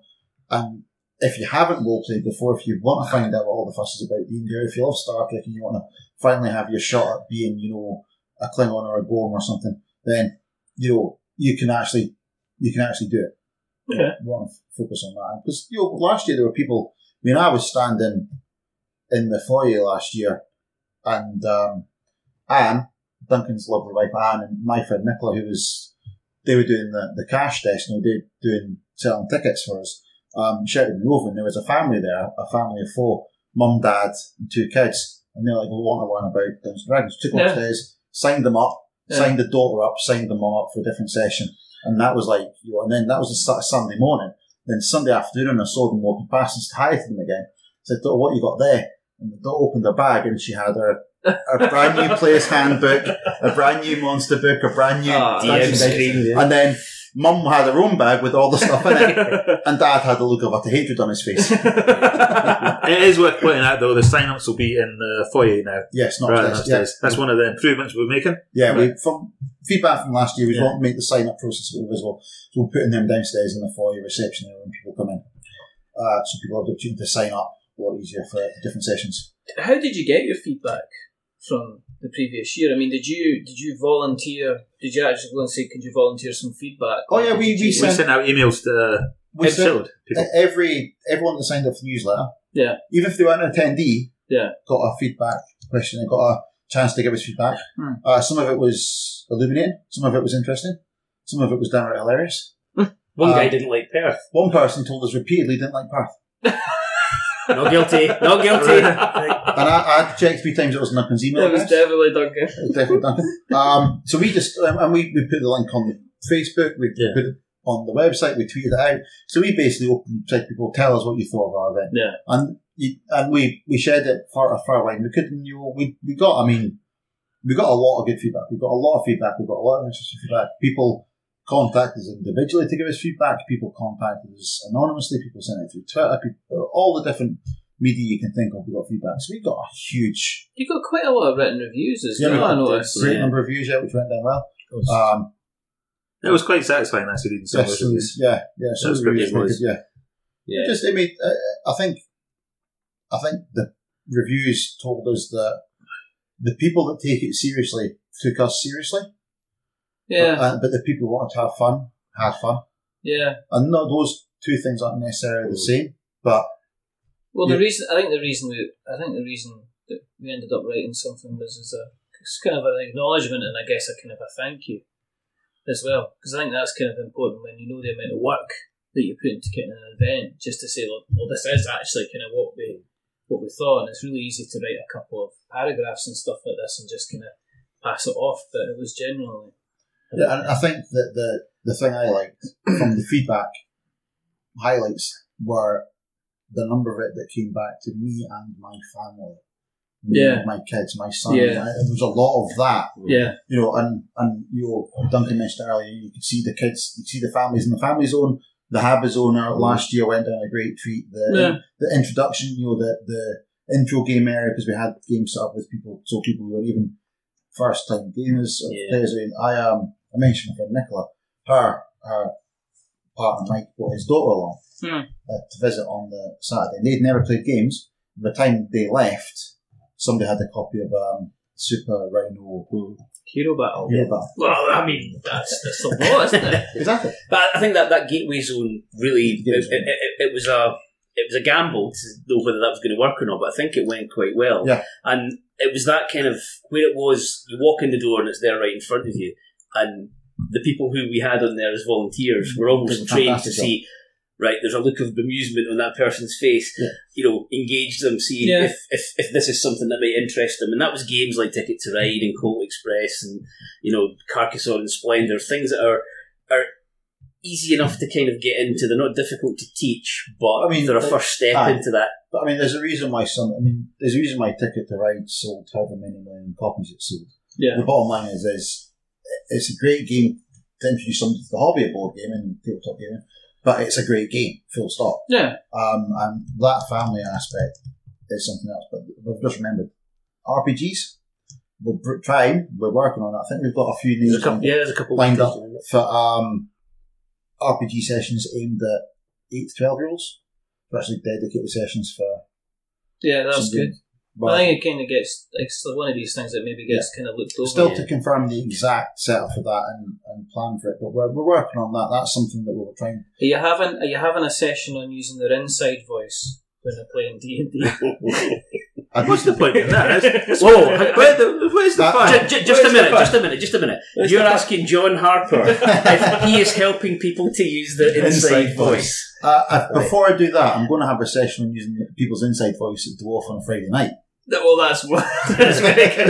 And if you haven't roleplayed before, if you want to find out what all the fuss is about being there, if you love Star Trek and you want to finally have your shot at being, you know, a Klingon or a Gorm or something, then, you know, you can actually, you can actually do it
Okay.
want to focus on that because you know last year there were people. I mean, I was standing in the foyer last year, and um, Anne Duncan's lovely wife Anne and my friend Nicola, who was they were doing the, the cash desk, and they were doing selling tickets for us. Um, shouted me over, and there was a family there, a family of four, mum, dad, and two kids, and they're like, "We want to learn about Dungeons and Dragons." Took them
Yeah.
upstairs, signed them up,
Yeah.
signed the daughter up, signed them all up for a different session. And that was like, you know, and then that was a Sat- Sunday morning. Then Sunday afternoon, I saw them walking past and said hi to them again. said, "Daughter, what you got there? And the daughter opened her bag and she had her, her brand new player's handbook, a brand new monster book, a brand new.
Ah,
Dungeons
DM
and Dragons.
screen, yeah.
And then mum had her own bag with all the stuff in it. and dad had the look of utter hatred on his face.
it is worth pointing out though the sign-ups will be in the foyer now.
Oh, Yes, not
Right,
upstairs.
upstairs. That's one of the improvements we're making.
Yeah, we from feedback from last year, we
Yeah.
want to make the sign up process a bit visible. So we're putting them downstairs in the foyer reception area when people come in. Uh, so people have the opportunity to sign up a lot easier for different sessions.
How did you get your feedback from the previous year? I mean, did you did you volunteer? Did you actually go and say, "Could you volunteer some feedback?"
Oh, yeah, we- we
We
sent-
sent out emails to uh,
We
Ed
said
Shillard people.
every everyone that signed up for the newsletter,
Yeah.
even if they weren't an attendee,
Yeah.
got a feedback question and got a chance to give us feedback.
Hmm.
Uh, some of it was illuminating, some of it was interesting, some of it was downright hilarious.
One guy
Um,
didn't like Perth.
One person told us repeatedly he didn't like Perth.
Not guilty. Not guilty.
And I, I checked three times it was Duncan's email.
It was
address.
definitely Duncan.
It was definitely Duncan. um, so we just, um, and we, we put the link on Facebook, we
Yeah.
put it on the website, we tweeted it out. So we basically opened, said people, tell us what you thought of our event.
Yeah.
And you, and we, we shared it far, far away. We couldn't, you know, we, we got, I mean, we got a lot of good feedback. We got a lot of feedback. We got a lot of interesting feedback. People contacted us individually to give us feedback. People contacted us anonymously. People sent it through Twitter. People, all the different media you can think of, we got feedback. So we got a huge
You got quite a lot of written reviews as
yeah, we
well.
got
I
a
noticed.
great
yeah.
number of views, yeah, which went down well. Um,
It was quite satisfying actually reading some of
yes,
those
so it's-
reviews.
yeah, yeah, so
That's
the reviews
great,
were
boys.
good, yeah.
yeah.
Just, I mean, uh, I think, I think the reviews told us that the people that take it seriously took us seriously,
Yeah,
but, uh, but the people who wanted to have fun had fun,
yeah.
and not those two things aren't necessarily the same, but
Well, the
Yeah.
reason I think the reason we I think the reason that we ended up writing something was is a it's kind of an acknowledgement and I guess a kind of a thank you as well because I think that's kind of important when you know the amount of work that you put into getting an event just to say look well this is actually kind of what we what we thought and it's really easy to write a couple of paragraphs and stuff like this and just kind of pass it off but it was generally
Yeah, and I think that the the thing I liked from the feedback highlights were the number of it that came back to me and my family me,
Yeah.
my kids, my son.
Yeah.
I- There was a lot of that,
Yeah.
you know, and, and, you know, Duncan mentioned earlier, you could see the kids, you could see the families in the family zone. The Habba zone out last year went down a great treat. The,
Yeah.
the introduction, you know, the, the intro game area, because we had games set up with people, so people who were even first time gamers of
Yeah.
players. I mean, I, um, I mentioned my friend Nicola, her, her partner Mike brought his daughter along
Hmm.
uh, to visit on the Saturday. And they'd never played games. By the time they left, somebody had a copy of um, Super Rhino
Hero battle.
Hero Battle.
Well, I mean, that's that's a lot, isn't
eh?
it?
Exactly.
But I think that, that gateway zone really it, it, it, it was a it was a gamble to know whether that was going to work or not. But I think it went quite well.
Yeah.
and it was that kind of where it was. You walk in the door and it's there right in front of you, and the people who we had on there as volunteers were almost
Did a
trained to
Mm-hmm. fantastic job.
see. Right, there's a look of bemusement on that person's face.
Yeah.
You know, engage them, see
Yeah.
if, if, if this is something that might interest them. And that was games like Ticket to Ride and Colt Express and, you know, Carcassonne and Splendor, things that are easy enough to kind of get into. They're not difficult to teach, but
I mean,
they're a
like-
first step
aye.
into that.
But I mean, there's a reason why some. I mean, there's a reason why Ticket to Ride sold however many million copies it sold.
Yeah.
The bottom line is, is it's a great game to introduce somebody to the hobby of board gaming and tabletop gaming, but it's a great game, full stop.
Yeah.
Um, and that family aspect is something else. But we've just remembered RPGs. We're br- trying. We're working on it. I think we've got a few
There's
names
a couple, yeah, there's a couple.
lined up for um, RPG sessions aimed at eight to twelve year olds. We're actually dedicated sessions for.
Yeah, that's
something-
good. I think it kind of gets it's one of these things that maybe gets kind of looked over.
Still to confirm the exact setup for that and, and plan for it, but we're, we're working on that. That's something that we were trying.
Are you having Are you having a session on using their inside voice when they're playing D and D?
I'd
What's the point in that? It's- it's-
Whoa.
where the- where's the
That-
fun?
Just, just
Where's
a
the
minute,
fun?
just a minute, just a minute.
Where's
You're
the-
asking John Harper if he is helping people to use their inside,
Inside voice.
voice.
Uh, I, before I do that, I'm going to have a session on using people's inside voice at Dwarf on a Friday night.
well, that's what.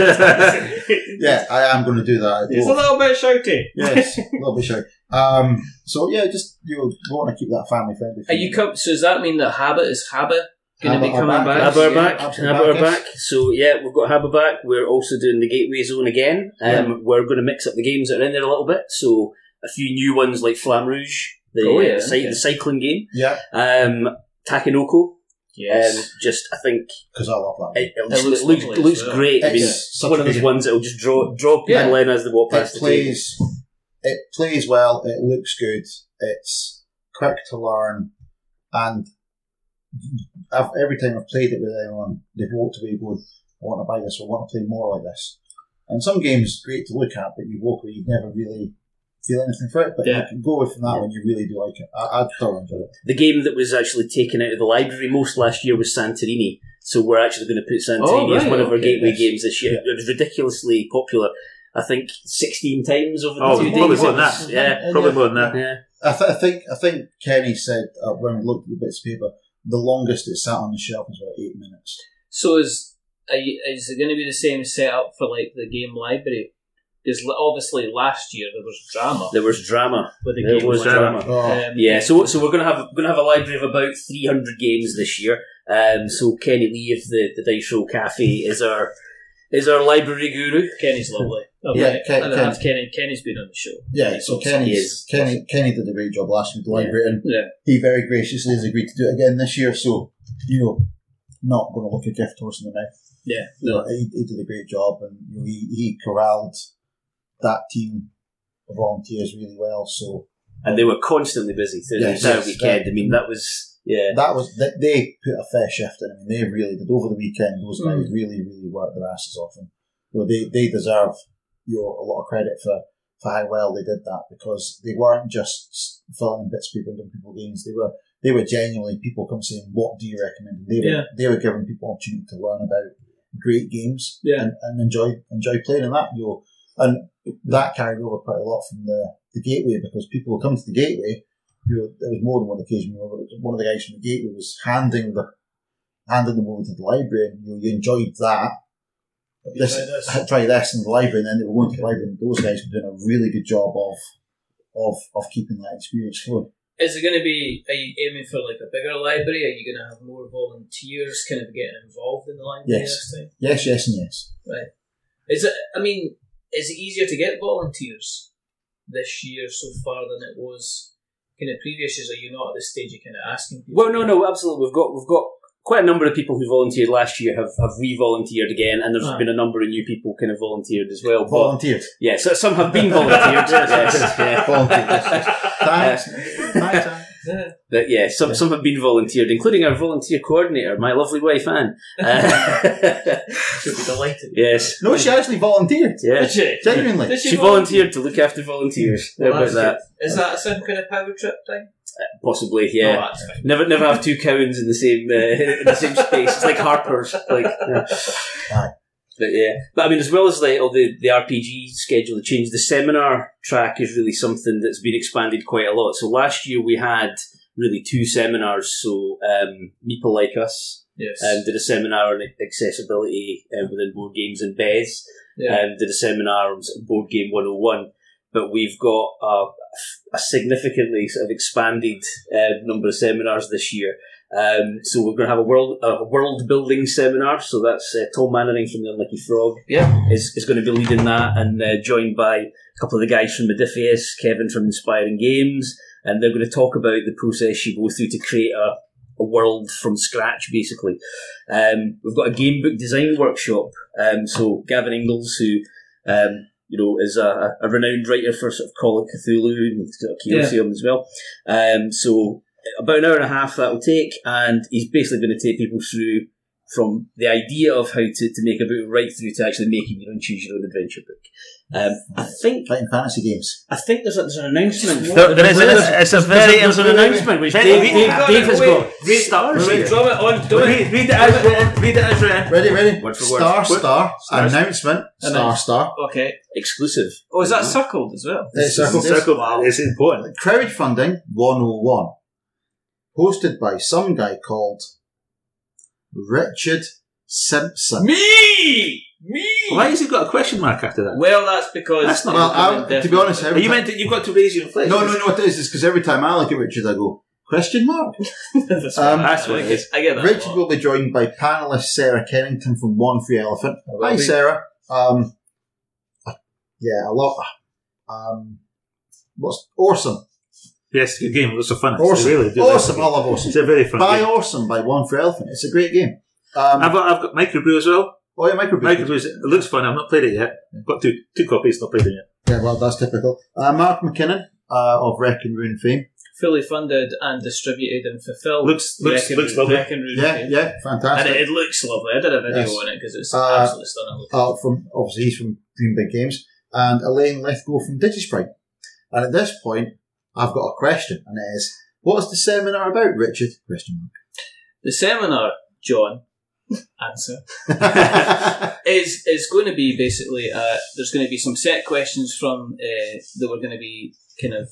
Yeah, I am going to do that. At
It's a
Dwarf.
little bit shouty.
yes, a little bit shy. Um, so yeah, just you know, we want to keep that family friendly.
Are you com- so? Does that mean that Habit is Habit going to be
Habit are
coming
back.
back?
Habba are
Yeah.
back.
absolutely
Habba
back,
are back. So yeah, we've got Habba back. We're also doing the Gateway Zone again. Um,
Yeah.
We're going to mix up the games that are in there a little bit. So a few new ones like Flam Rouge, the,
Oh, yeah,
uh, cy-
okay.
the cycling game.
Yeah,
Um, Takenoko. Um,
Yes.
just I think
because I love that.
it, it looks,
looks
it looks,
lovely as
looks
well.
great. I mean,
It's
it's
such
one
a
of those
big-
ones that will just draw draw people
Yeah.
in as they walk past
it
the table.
plays it plays well it looks good it's quick to learn and I've, every time i've played it with anyone they've walked away going i want to buy this i want to play more like this and some games great to look at but you walk away you never really feel anything for it but
Yeah.
you can go away from that one you really do like it i, I thoroughly enjoy it
The game that was actually taken out of the library most last year was Santorini. So we're actually going to put Santorini
Oh,
as
right,
one of our
okay,
gateway
yes.
games this year. It was ridiculously popular. I think sixteen times over the
Oh,
two
probably
days.
more than
It was-
that.
Yeah,
Probably more than that.
yeah.
I, th- I think i think kenny said uh, when we looked at the bits of paper the longest it sat on the shelf was about eight minutes
So is are you, is it going to be the same setup for like the game library? Because obviously last year there was drama
There was drama.
with the
There
game
was
library.
drama.
oh.
Um,
Yeah, so so we're gonna have gonna have a library of about three hundred games this year. Um, so Kenny Lee of the the Dice Roll Cafe is our is our library guru.
Kenny's lovely. Oh,
Yeah,
right.
Ken-
and that's Kenny. Kenny's been on the show.
Yeah, so
He
Kenny's,
is.
Kenny Kenny did a great job last year with the
Yeah.
library, and
Yeah.
he very graciously has agreed to do it again this year. So you know, not going to look a gift horse in the mouth.
Yeah,
You know, he, he did a great job, and you know, he he corralled that team of volunteers really well. So
And they were constantly busy through
Yes,
the entire
yes,
weekend.
yeah.
I mean, that was yeah.
that was they, they put a fair shift in. I mean, they really did over the weekend. Those
Mm.
guys really really worked their asses off, and you know, they they deserve you know, a lot of credit for. For how well they did that because they weren't just filling bits of paper and giving people games. They were they were genuinely people come saying, "What do you recommend?" And they were
Yeah.
they were giving people opportunity to learn about great games
Yeah.
and, and enjoy enjoy playing in that. You know, and that carried over quite a lot from the, the gateway because people will come to the gateway. You know, there was more than one occasion where one of the guys from the gateway was handing the handing them over to the library, and you, know, you enjoyed that. This, try this in the library, and then they were going to the library, and those guys were doing a really good job of of of keeping that experience flowing.
Is it going to be? Are you aiming for like a bigger library? Are you going to have more volunteers kind of getting involved in the library
Yes.
this time?
Yes, yes, and yes.
Is it? I mean, is it easier to get volunteers this year so far than it was kind of previous years? Are you not at this stage? You kind of asking people.
Well, no, no, absolutely. We've got we've got quite a number of people who volunteered last year have, have re-volunteered again, and there's
Ah.
been a number of new people kind of volunteered as well. But
Volunteered.
yeah, so some have been volunteered. yes, yeah.
Volunteered. yes, yes. Thanks. My time.
Yeah.
But yeah, some some have been volunteered, including our volunteer coordinator, my lovely wife Anne. Uh,
She'll be delighted.
yes,
No, she actually volunteered.
yeah.
Did she?
Genuinely.
Did
She volunteered to look after volunteers. How
Well,
about
that's
that?
good. Is that a some kind of power trip thing?
Possibly, yeah.
Oh, that's fine.
Never, never have two cowans in the same uh, in the same space. It's like Harper's, like. yeah.
Aye.
But yeah, but I mean, as well as like all the the RPG schedule change, the seminar track is really something that's been expanded quite a lot. So last year we had really two seminars. So um, Meeple Like Us
Yes.
um, did a seminar on accessibility uh, within board games and Bez,
yeah.
um, did a seminar on sort of board game 101 but we've got a, a significantly sort of expanded uh, number of seminars this year um, so we're going to have a world a world building seminar so that's uh, tom mannering from the unlucky frog
yeah.
is, is going to be leading that and uh, joined by a couple of the guys from Modifius, Kevin from Inspiring Games, and they're going to talk about the process you go through to create a, a world from scratch, basically. Um, we've got a game book design workshop. Um, so Gavin Ingalls, who um, you know is a, a renowned writer for sort of Call of Cthulhu and sort of Chaosium as well. Um, so about an hour and a half that will take, and he's basically going to take people through from the idea of how to, to make a book right through to actually making your own choose your own adventure book. Um, I think
Playing fantasy games.
I think there's, a, there's an announcement.
There- there is- it's, it's a very
there's an announcement which
Wait,
Dave,
wait,
Dave,
wait,
Dave has
wait,
got.
wait,
stars
wait,
here.
Drum it on. Do it.
Read, read it as written. Read it as written.
Ready, ready?
Word for word.
star,
Word-
star,
Star.
Announcement. Star,
Announce-
star.
Okay.
Exclusive.
Oh, is that
Mm-hmm.
circled as well?
It's
Circle, circle. It's important.
Crowdfunding 101. Hosted by some guy called Richard Simpson.
Me! Me!
Why has he got a question mark after that?
Well, that's because.
That's not-
Becoming
Well, I, to be
definitely.
honest,
Are
every
you
time,
meant to, you've got to raise your flag.
no, no, no. What it is is because every time I look at Richard, I go question mark.
That's
Um,
what I-
that's what
I
it
get- I get that. a
Richard
lot.
will be joined by panelist Sarah Kennington from One Free Elephant. Hi,
be.
Sarah. Um, yeah, a lot. Um, what's awesome?
Yes, good game. Lots of fun. actually.
Awesome,
Really do like
awesome.
it.
I love awesome.
It's a very fun
Buy
game.
awesome by One Free Elephant. It's a great game. Um,
I've got, I've got Microbrew as well.
oh yeah, microbrew.
Microbrew it looks fun. I've not played it yet. Got two two copies, not played it yet.
Yeah, well, that's typical. Uh, Mark McKinnon uh, of Wreck and Ruin fame.
Fully funded and distributed and fulfilled.
Looks looks
Reckon-
looks lovely.
Reckon Room
Yeah,
Fame.
yeah,
And uh, it,
fantastic.
it looks lovely. I did a video
Yes.
on it because it's
Uh,
absolutely stunning.
Uh, from obviously he's from Dream Big Games, and Elaine Lithgow from DigiSprite. And at this point, I've got a question, and it is, what's the seminar about, Richard? Question
The seminar, John, answer,
mark.
is is going to be basically uh, there's going to be some set questions from uh, that we're going to be kind of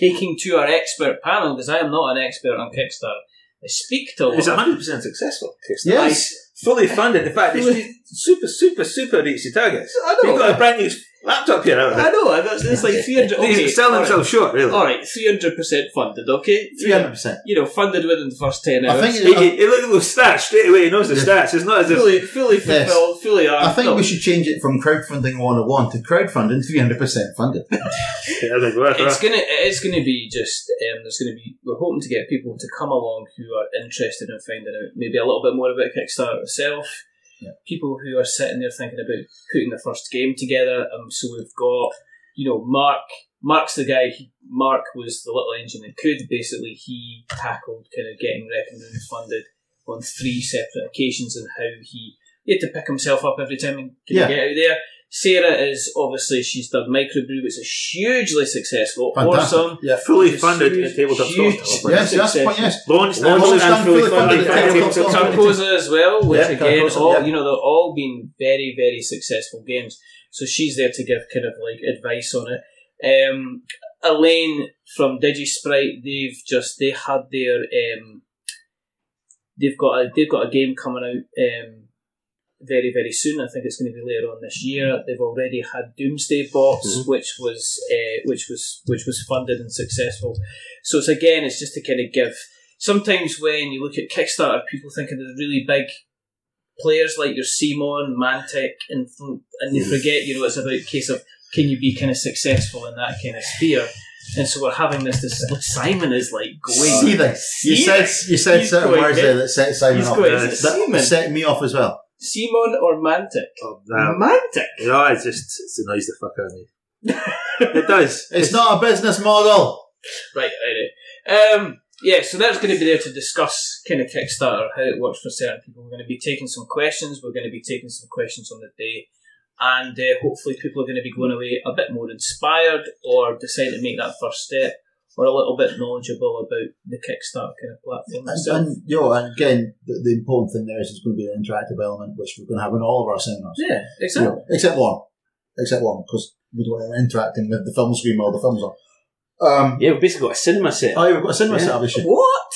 taking to our expert panel because I am not an expert on Kickstarter. I speak to a lot
It's
of
hundred percent successful. It's
Yes.
nice, fully funded. In fact, it's super super super reached your targets.
I know.
You've got a brand new laptop here. Haven't
I know. I got it's like three hundred.
you?
Okay,
He's selling himself short, really.
All right, three hundred percent funded. Okay,
300%.
You know, funded within the first ten
I
hours.
think,
He,
I,
he look at those stats straight away. He knows the stats. It's not as if
fully, fully
Yes.
fulfilled, fully armed.
I think
No,
we should change it from crowdfunding 101 to crowdfunding 300% funded.
Yeah, I think we're-
It's gonna, it's gonna be just. Um, there's gonna be. We're hoping to get people to come along who are interested in finding out maybe a little bit more about Kickstarter itself.
Yeah.
People who are sitting there thinking about putting their first game together. Um, so we've got, you know, Mark. Mark's the guy. He, Mark was the little engine that could. Basically, he tackled kind of getting Reckoning funded on three separate occasions and how he, he had to pick himself up every time and kinda
Yeah.
get out there. Sarah is obviously she's done microbrew, which is hugely successful,
Fantastic.
awesome.
Yeah.
fully funded
Huge-
in tabletop
huge-
stores.
Yes, yes, point, yes.
Launched and
Launched
fully
and fully funded
in
tabletop
tabletop
stores.
stores.
Carcosa as well, which
Yeah,
again,
Carcosa,
all
yeah.
you know, they've all been very, very successful games. So she's there to give kind of like advice on it. Um, Elaine from DigiSprite, they've just they had their um, they've got a they've got a game coming out um, very, very soon. I think it's going to be later on this year. They've already had Doomsday Bots, which was uh, which was which was funded and successful. So it's again, it's just to kind of give. Sometimes when you look at Kickstarter, people think of the really big players like your Simon, Mantic, and and they forget, you know, it's about a case of can you be kind of successful in that kind of sphere. And so we're having this. This Simon is like going.
See this? You
See
said you said
He's
certain
going
words
in.
there that set Simon
He's
off.
going
That-
in.
that
Simon.
set me off as well.
Simon or Mantic?
Oh, that-
Mantic.
No, it's just it's annoys the fuck out of me. it does.
It's not a business model.
Right, right, right. Um, yeah, so that's going to be there to discuss kind of Kickstarter, how it works for certain people. We're going to be taking some questions. We're going to be taking some questions on the day. And uh, hopefully, people are going to be going away a bit more inspired or decide to make that first step or a little bit knowledgeable about the Kickstarter kind of platform
And,
itself.
and you know, and again, the, the important thing there is it's going to be an interactive element, which we're going to have in all of our seminars.
yeah,
You
exactly.
know, except one, except one, because we don't want to interacting with the film screen while the film's on. Um,
Yeah, we've basically got a cinema set.
Oh, yeah, we've got a cinema
Yeah.
set up this year.
What?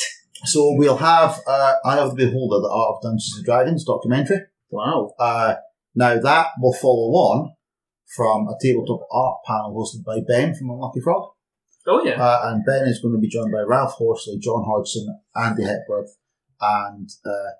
So we'll have uh, Eye of the Beholder, the Art of Dungeons and Dragons documentary.
Wow.
Uh, now that will follow on from a tabletop art panel hosted by Ben from Unlucky Frog.
Oh, yeah.
Uh, and Ben is going to be joined by Ralph Horsley, John Hodgson, Andy Hepworth, and uh,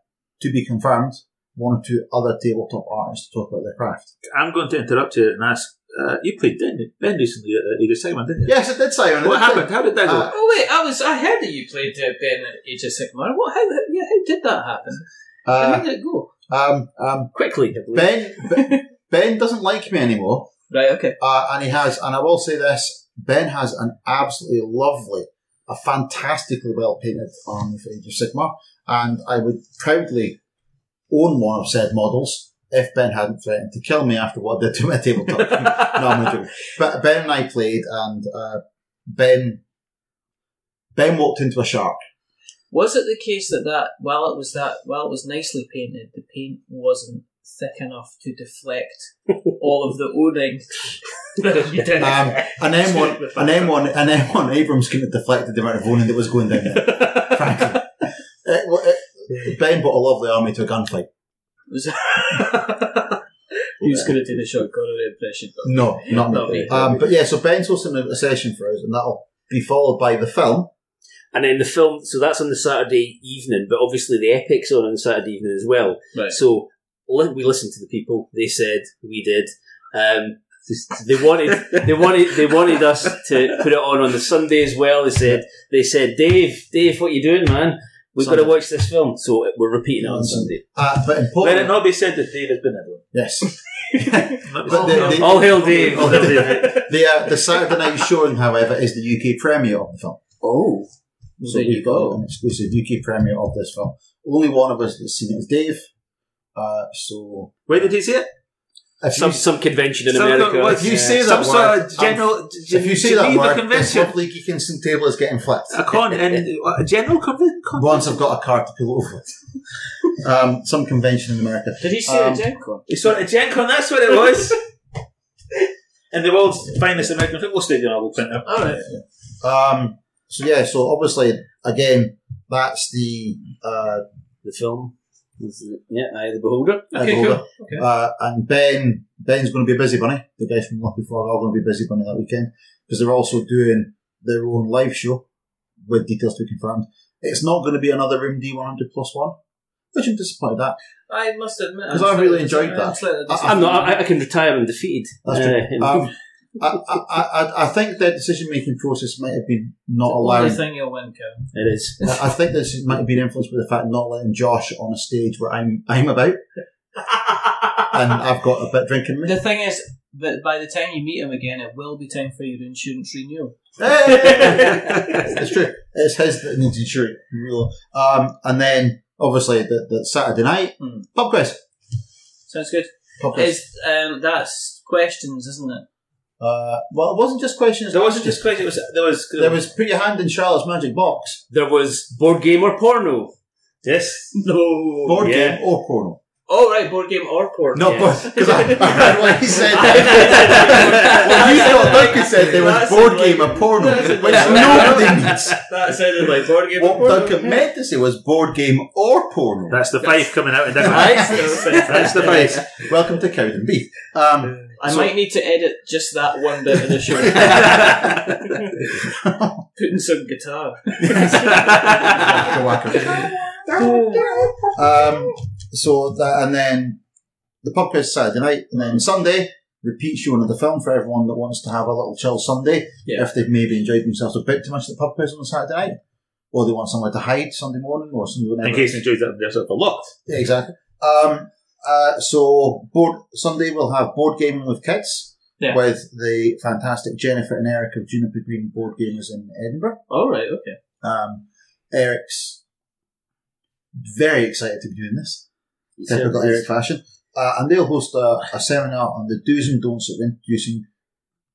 to be confirmed, one or two other tabletop artists to talk about their craft.
I'm going to interrupt you and ask. Uh, you played Ben, Ben recently at Age of Sigmar, didn't you?
Yes, it did, Simon. It
What
did.
happened? How did that go?
Uh,
Oh wait, I was I heard that you played uh, Ben at Age of Sigmar. What? How? how- Yeah, how did that happen? how
Uh,
did it go?
um, um,
Quickly, I believe.
ben, Ben- Ben doesn't like me anymore.
Right. Okay.
Uh, and he has, and I will say this, Ben has an absolutely lovely, a fantastically well painted army for Age of Sigma, and I would proudly own one of said models if Ben hadn't threatened to kill me after what I did to my tabletop. no, I'm not joking. But Ben and I played, and uh, Ben Ben walked into a shark.
Was it the case that that while it was that while it was nicely painted, the paint wasn't thick enough to deflect all of the owning that you did?
Um, and then one, and then one, and then one Abrams couldn't deflect the amount of owning that was going down there. frankly, It- well, it- Ben brought a lovely army to a gunfight.
Was- Who's going to do the shot Connery impression?
No, not
That'll
me.
be-
Um, but yeah, so Ben's hosting a a session for us, and that'll be followed by the film.
And then the film, so that's on the Saturday evening, but obviously the epic's on on the Saturday evening as well.
Right.
So li- we listened to the people. They said we did. Um, they wanted, they wanted, they wanted us to put it on on the Sunday as well. They said, they said, Dave, Dave, what you doing, man? We've got to
Sunday.
watch this film. So we're repeating it on Sunday.
Uh, but
Let it
importantly,
not be said that Dave has been everyone.
yes,
Not be
But
said.
they- they-
All hail Dave.
Oh, that's it.
the uh, the Saturday night showing, however, is the UK premiere of the film.
Oh,
So we've got an exclusive UK premiere of this film. Only one of us that's seen it is Dave. Uh, so
Where did he see it?
if
Some
you,
some convention in
Some
America.
sort of-
you say
some
that
sort
word,
of general.
if you say that
Geneva
word, this
convention,
lovely geek instant table is getting flipped.
a con, and a general convention.
Once I've got a card to pull over it. Um, some convention in America.
Did he say
Um,
a gen con?
It's sort of gen con. That's what it was. and the world's finest American football stadium. I will print
uh,
up.
All right.
Um, so yeah, so obviously, again, that's the uh,
the film. Yeah, Eye of the Beholder.
Okay,
Ed Holder.
cool. Okay.
Uh, and Ben, Ben's going to be a busy bunny. The guys from Lucky Frog are going to be busy bunny that weekend because they're also doing their own live show with details to be confirmed. It's not going to be another Room D100 plus one, which I'm disappointed at.
I must admit,
'Cause I really enjoyed that.
I'm not. I, I can retire undefeated.
That's
Uh,
true. Um, I, I, I, I think their decision making process might have been not
Only
allowing.
thing you'll win, Cal.
it is.
I I think this might have been influenced by the fact of not letting Josh on a stage where I'm I'm about, and I've got a bit drinking me.
The thing is, that by the time you meet him again, it will be time for your insurance renewal.
it's true. It's his that needs insurance. Real. Um, and then obviously the, the Saturday night
Hmm.
pub quiz.
Sounds good.
Pub quiz.
Is um, that's questions, isn't it?
Uh, well, it wasn't just questions.
There wasn't just question. It was there was
There was put your hand in Charlotte's magic box.
There was board game or porno.
yes.
No.
Board
yeah.
game or porno.
Oh, right, board game or porn.
No,
game.
Because I, I heard what he said. well, you
That's
thought
like-
Duncan said there was
that's
board
like-
game a porno,
that's like-
which nobody needs.
That sounded like board game or
What
porn.
Duncan meant to say was board game or porno.
That's the five coming out in different. That's the
Right.
five.
Welcome to Cowden Beef. Um,
I
So-
might need to edit just that one bit of the show. Put in some guitar.
wacka wacka. um, so that, and then the pub quiz Saturday night, and then Sunday repeat showing of the film for everyone that wants to have a little chill Sunday
Yeah.
if they've maybe enjoyed themselves a bit too much at the pub quiz on Saturday night, or they want somewhere to hide Sunday morning or Sunday whatever.
In case you enjoyed that, there's a lot.
Yeah, exactly. Um, uh, so board Sunday we'll have board gaming with kids
Yeah.
with the fantastic Jennifer and Eric of Juniper Green Board Gamers in Edinburgh.
All right, okay.
Um, Eric's very excited to be doing this,
He's
typical
here.
Eric fashion. Uh, and they'll host a, a seminar on the do's and don'ts of introducing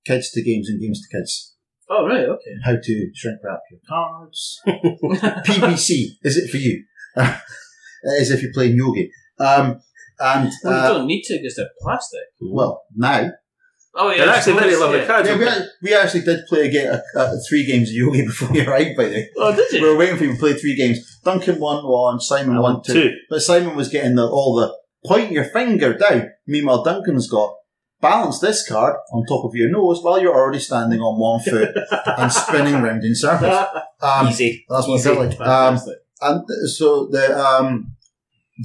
kids to games and games to kids.
All right, okay.
How to shrink wrap your cards. PVC, is it for you? As if you're playing yogi. Um, and
Well,
uh,
you don't need to because they're plastic.
Well, now
Oh yeah,
They're actually very
just-
lovely
yeah.
cards.
yeah, we, ac- we actually did play a game, uh, uh, three games of yogi before you arrived. By the way,
Oh, did
we
you?
were waiting for you to play three games. Duncan won one, Simon
I
won
want
two.
two.
but Simon was getting the, all the point your finger down. Meanwhile, Duncan's got balance this card on top of your nose while you're already standing on one foot and spinning round in circles. Um,
Easy.
that's what it felt like. Um,
Fantastic.
and th- so the um,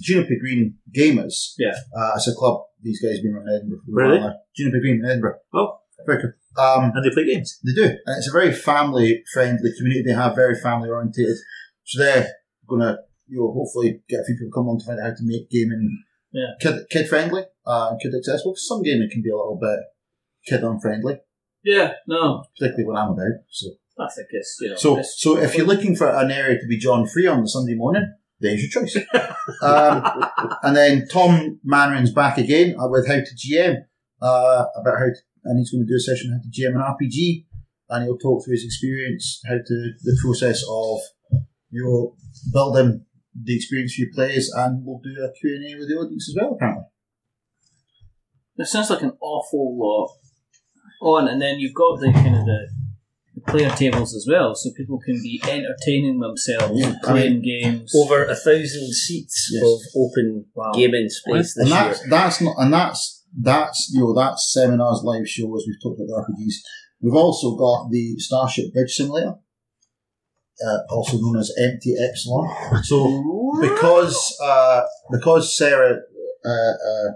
Juniper Green Gamers,
Yeah.
uh, it's a club. These guys been around Edinburgh for a
Really?
while now. Juniper Green in Edinburgh.
Oh.
very good. Um,
And they play games.
they do, and it's a very family friendly community. They have very family orientated, so they're going to you know hopefully get a few people come on to find out how to make gaming
Yeah.
kid kid friendly, uh, kid accessible. 'Cause Some gaming can be a little bit kid unfriendly,
Yeah, no,
particularly what I'm about. So
I think it's you know.
so,
it's-
so if you're looking for an area to be John Free on the Sunday morning, there's your choice. um, and then Tom Manrin's back again uh, with how to GM uh, about how, to, and he's going to do a session on how to GM an RPG, and he'll talk through his experience, how to the process of your building the experience for your players, and we'll do a Q and A with the audience as well. Apparently,
It sounds like an awful lot on, and then you've got the kind of the, the player tables as well, so people can be entertaining themselves,
Yeah, I
playing games.
Over a thousand seats
Yes.
of open
Wow.
gaming space
and
this year.
that's that's not and that's that's you know that's seminars, live shows. We've talked about the RPGs. We've also got the Starship Bridge Simulator, uh, also known as Empty Epsilon. So because uh, because Sarah uh, uh,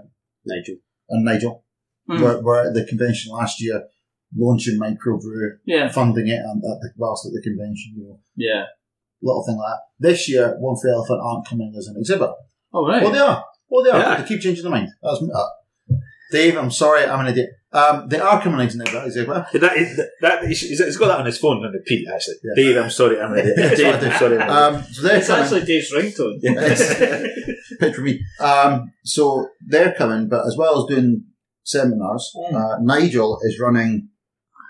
Nigel.
and Nigel
Hmm.
Mm.
were, were at the convention last year, launching microbrew,
yeah,
funding it, and at the, whilst at the convention, you know,
yeah.
little thing like that. This year, One Free Elephant aren't coming as an exhibit.
All right.
Well, they are. Well, they are.
Yeah.
They keep changing their mind. That's, uh, Dave, I'm sorry, I'm an idiot. Um, they are coming out now, is it? Well,
That, is- that, is- he's got that on his phone on repeat, actually.
Yeah.
Dave, I'm sorry, I'm an idiot. Dave, I'm sorry. I'm an
Um,
idiot.
so they're
it's
coming.
actually Dave's ringtone.
Pitch for me. Um, so they're coming, but as well as doing seminars,
Mm.
uh, Nigel is running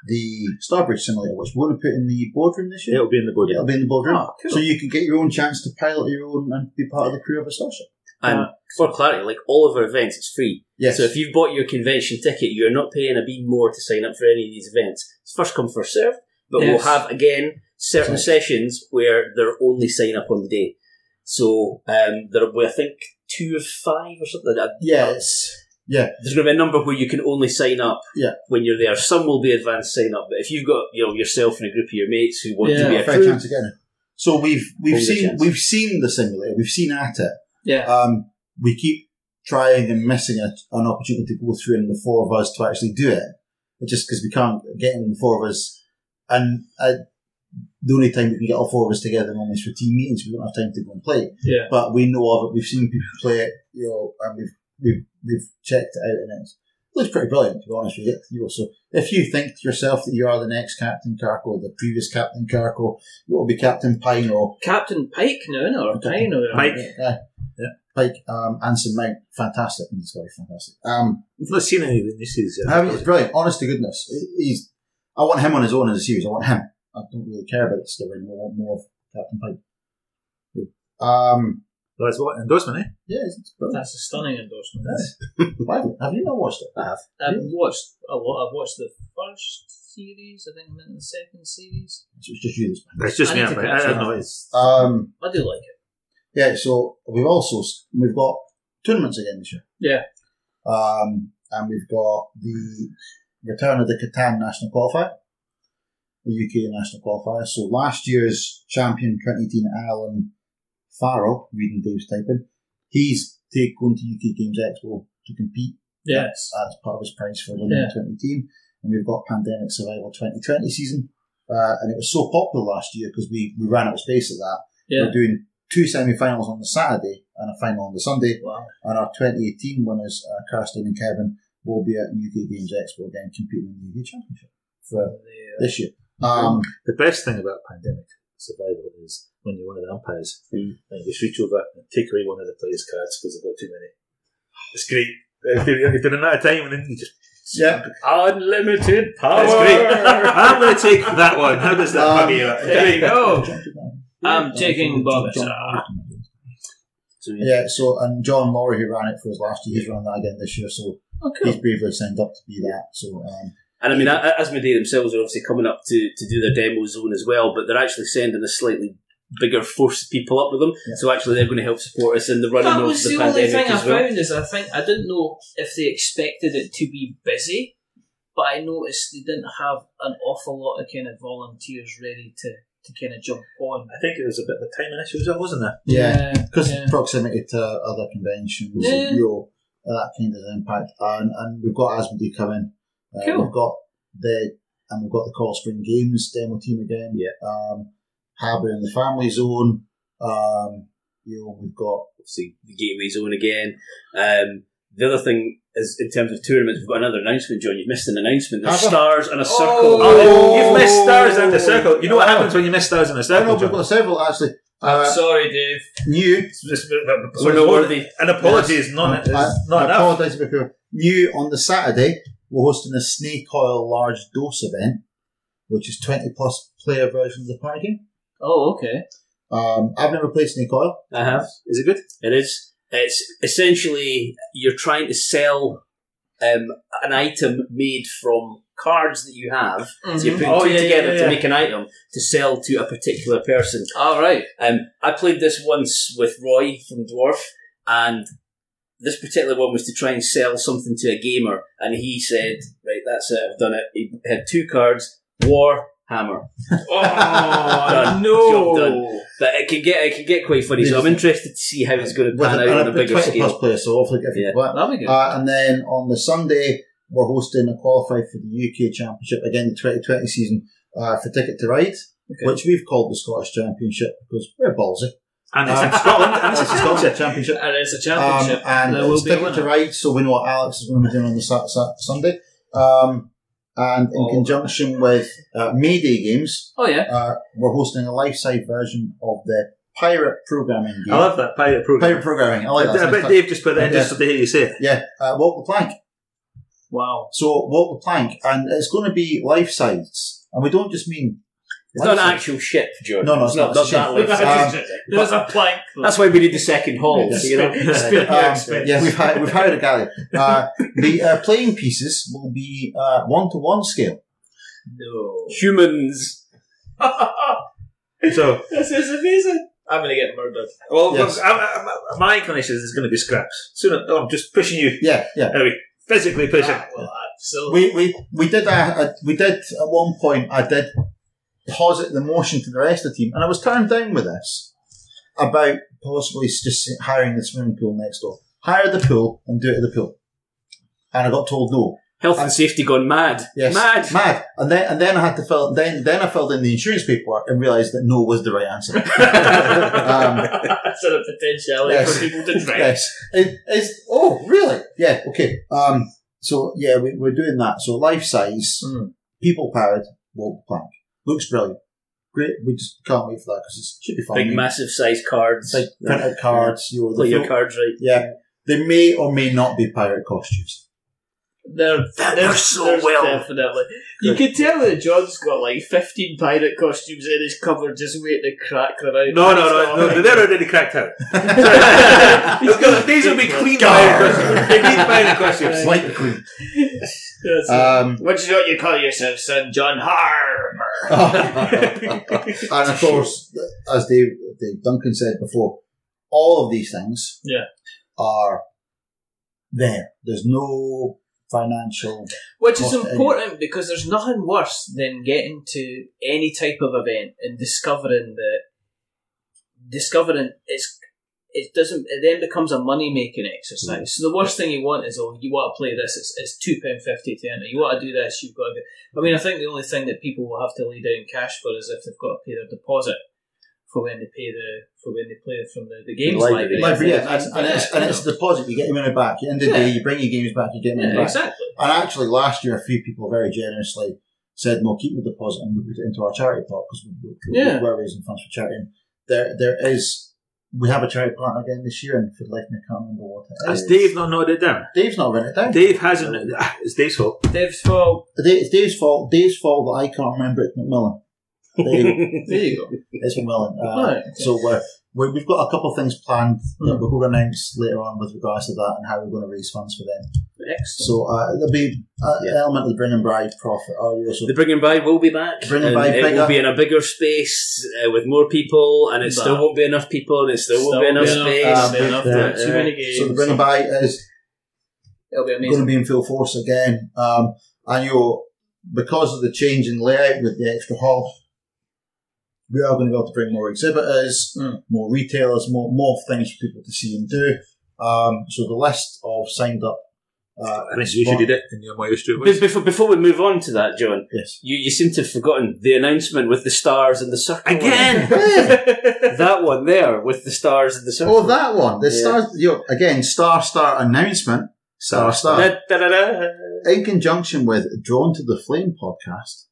the Starbridge Simulator, which we're going to put in the boardroom this year.
It'll be in the body.
It'll be in the boardroom.
Oh, cool.
So you can get your own chance to pilot your own and be part of the crew of a starship.
And for clarity, like all of our events, it's free.
Yes.
So if you've bought your convention ticket, you're not paying a bean more to sign up for any of these events. It's first come, first served. But
Yes.
we'll have again certain
Sorry.
sessions where they're only sign up on the day. So um, there'll be, I think, two of five or something. Uh,
yes.
There's going to be a number where you can only sign up
Yeah.
when you're there. Some will be advanced sign up, but if you've got you know yourself and a group of your mates who want
Yeah,
to be
a
a
fair
crew,
chance of getting it. So we've we've
Always a
seen
chance.
we've seen the simulator, we've seen at it.
Yeah.
Um, we keep trying and missing a, an opportunity to go through and the four of us to actually do it, It's just because we can't get in the four of us. And uh the only time we can get all four of us together normally is for team meetings. We don't have time to go and play, it.
Yeah.
but we know of it. We've seen people play it, you know, and we've we've, we've checked it out, and it's, it looks pretty brilliant. To be honest with you, you know, so if you think to yourself that you are the next Captain Kirk or the previous Captain Kirk or you will be Captain Pine or
Captain Pike now, no, or
Captain
Pine, or
Pike.
yeah, Pike, um, Anson Mount, fantastic in this guy, fantastic. Um,
I've not seen any of the uh, new series yet.
I mean, it's brilliant. Honest to goodness, He- he's. I want him on his own as a series. I want him. I don't really care about this guy anymore. I want more of Captain Pike. Um,
Well, that's what endorsement, eh?
Yeah, it's brilliant.
That's a stunning endorsement.
Why haven't- have you not watched it? I have.
I've watched a lot. I've watched the first series. I think I'm in the second series.
So it's just you this time.
It's just
I
me.
need
I'm
to
like, I,
catch
I don't
up.
know. It's
Um,
I do like it.
yeah, so we've also we've got tournaments again this year.
Yeah.
Um, and we've got the return of the Catan National Qualifier, the UK National Qualifier. So last year's champion 2018 Alan Farrell, reading Dave's typing, he's take, going to UK Games Expo to compete
Yes.
as part of his prize for winning
Yeah.
the 2018. And we've got Pandemic Survival 2020 season. Uh, and it was so popular last year because we, we ran out of space at that.
Yeah.
We're doing two semi finals on the Saturday and a final on the Sunday.
Wow.
And our 2018 winners, uh, Kirsten and Kevin, will be at UK Games Expo again competing in the UK Championship for
The, uh,
this year. Um,
the best thing about pandemic survival is when you're one of the umpires
Mm.
and you just reach over and take away one of the players' cards because they've got too many. It's great. If you're, if you're in that time and then you just,
yeah.
Unlimited
Oh,
power.
that's great. I'm going to take that one. How does that
Um,
bugger you? out?
there you go. I'm
Yeah.
taking Bob.
So you-
Yeah, so, and John Laurie, who ran it for us last year, he's running that again this year, so
Oh,
he's
cool.
bravely signed up to be that. So, um,
And I mean, a- Asmodee themselves are obviously coming up to, to do their demo zone as well, but they're actually sending a slightly bigger force of people up with them.
Yeah.
So actually, they're going to help support us in the running
That
of
was
the,
the, only
pandemic
thing I
as well.
found is I think I didn't know if they expected it to be busy, but I noticed they didn't have an awful lot of kind of volunteers ready to, to kind of jump on.
I think it was a bit of a timing issue as well, wasn't there?
yeah. because
yeah.
proximity to other conventions,
Yeah.
you know, that kind of impact. And, and we've got Asmodee coming. Uh,
Cool.
We've got the and we've got the Coral Spring Games demo team again.
Yeah.
Um, Harbour in the Family Zone. Um, you know, we've got
Obviously, the gateway zone again. Um, the other thing is, in terms of tournaments, we've got another announcement, John. You've missed an announcement. There's
Have I?
stars and a circle.
Oh,
You've missed stars in the circle. You know what happens when you miss stars in
I know
a circle?
we've
John?
got several actually. Uh,
Sorry, Dave.
new
It's just- it's-
We're not worthy.
An apology is not, is
I,
not
I
enough.
apologise before. New on the Saturday, we're hosting a snake oil large dose event, which is twenty plus player version of the party game.
Oh, okay.
Um, I've never played snake oil.
I have.
Is it good?
It is. It's essentially you're trying to sell um, an item made from cards that you have. So
Mm-hmm.
you're
Mhm.
putting
Oh,
two
yeah, yeah,
together
yeah.
to make an item to sell to a particular person.
All right.
Um, I played this once with Roy from Dwarf, and this particular one was to try and sell something to a gamer, and he said, "Right, that's it. I've done it." He had two cards: war, hammer.
Oh
Done.
no!
Job done. But it can get it can get quite funny. So I'm interested to see how it's going to
with
pan
an,
out on
and
a
a big
bigger
20
scale.
plus player, so hopefully get
Yeah.
people back.
That'll be good.
Uh, and then on the Sunday, we're hosting a qualified for the UK Championship again, the 2020 season uh, for Ticket to Ride, which we've called the Scottish Championship because we're ballsy.
And it's in
Um,
Scotland. And it's
It's
in
a
Scotland.
Scottish Championship.
and it's a
Um,
championship.
and
there will
it's
be a
Ticket to
winner.
Ride, so we know what Alex is going to be doing on the sat- sat- Sunday. Um, and in
Oh.
conjunction with uh, May Day Games,
Oh yeah.
uh, we're hosting a life-size version of the Pirate Programming
I
Game.
love that pirate program.
Pirate Programming, I like that.
I bet
Sounds
Dave just put that in
Yeah.
just so to hear you say it.
Yeah, uh, walk the plank.
Wow.
So walk the plank, and it's going to be life size, and we don't just mean.
It's not an
life-size.
actual ship, George.
No, no, it's not.
not,
It's a
that
ship.
life.
Um,
There's a plank.
That's why we need the second hall. so, you know,
Spit
Um, yeah, we've hired, we've hired a guy. Uh, the uh, playing pieces will be one to one scale.
no.
humans.
So,
This is amazing. I'm gonna get murdered.
well,
Yes.
look, I, I, my inclination is it's going to be scraps. Soon, oh, I'm just pushing you.
Yeah, yeah.
Anyway, physically pushing.
Ah, well, absolutely.
We we we did a, a, we did at one point. I did posit the motion to the rest of the team, and I was turned down with this about possibly just hiring the swimming pool next door. Hire the pool and do it at the pool, and I got told no.
Health and safety gone mad.
Yes.
Mad.
Mad. And then and then I had to fill then then I filled in the insurance paperwork and realised that no was the right answer. um,
That's sort of
Oh,
potentiality
Yes.
for people to drink.
yes. It is oh really? Yeah, okay. Um so yeah, we, we're doing that. So life size,
Hmm.
Mm.
people powered, walk the plank. Looks brilliant. Great. We just can't wait for that because it should be fun.
Big, massive size cards.
It's Um, like print out cards, you know, the
Play your
full-
cards right.
Yeah. They may or may not be pirate costumes.
They're,
That
they're
works so
they're
well.
Definitely, you can tell that John's got like fifteen pirate costumes in his cupboard, just waiting to crack them out.
No, no, no, no, they're already cracked out. Because these will be clean by the They need by the questions.
Like the Queen.
That's it.
Um,
Which is what you call yourself, son, John Harbour.
and of course, as Dave, Dave Duncan said before, all of these things
Yeah.
are there. There's no financial.
Which is
Cost
important because there's nothing worse than getting to any type of event and discovering that discovering it's it doesn't it then becomes a money making exercise. So the worst thing you want is oh you want to play this it's it's two pound fifty to enter. You want to do this you've got to. Go. I mean I think the only thing that people will have to lay down cash for is if they've got to pay their deposit for when they pay the for when they play from the, the games
Library.
library.
Like, yeah,
Yeah,
and, and it's, and it's the deposit. You get your money back. At the end of the day, you bring your games back. You get money
yeah,
back.
exactly.
And actually, last year, a few people very generously said, "No, keep the deposit, and we put it into our charity pot because we, we,
Yeah.
we're raising funds for charity." And there, there is. We have a charity partner again this year, and for the life of me, I can't remember what it
Has
is.
Dave not noted it down?
Dave's not written it down.
Dave hasn't. ah, It's Dave's fault.
Dave's fault.
Dave, it's Dave's fault. Dave's fault that I can't remember it's McMillan. There you go.
There you go.
it's McMillan. Uh,
Right.
So we're, we we've got a couple of things planned that
Hmm.
we're going to announce later on with regards to that and how we're going to raise funds for them.
Excellent.
So uh, there'll be uh, an element of the Bring and Bride profit. Oh, also
The Bring and Bride will be back.
Bring and
and
Bride
it
bigger.
will be in a bigger space uh, with more people, and it
But-
still won't be enough people, and it still, won't be enough space.
enough,
Still won't be
uh,
enough. Too many games.
So the Bring and Buy is
It'll be
going to
amazing.
be in full force again. Um, and you, because of the change in layout with the extra hall, we are going to be able to bring more exhibitors,
Mm.
more retailers, more more things for people to see and do. Um, so the list of signed up. Uh,
I think you should did it in your Moyer Street
Be- Before, before we move on to that, John,
Yes.
you, you seem to have forgotten the announcement with the stars and the circle.
Again!
that one there with the stars and the circle.
Oh, that one. The star. You know, again, star star announcement. Star star.
Da, da, da, da.
in conjunction with Drawn to the Flame podcast,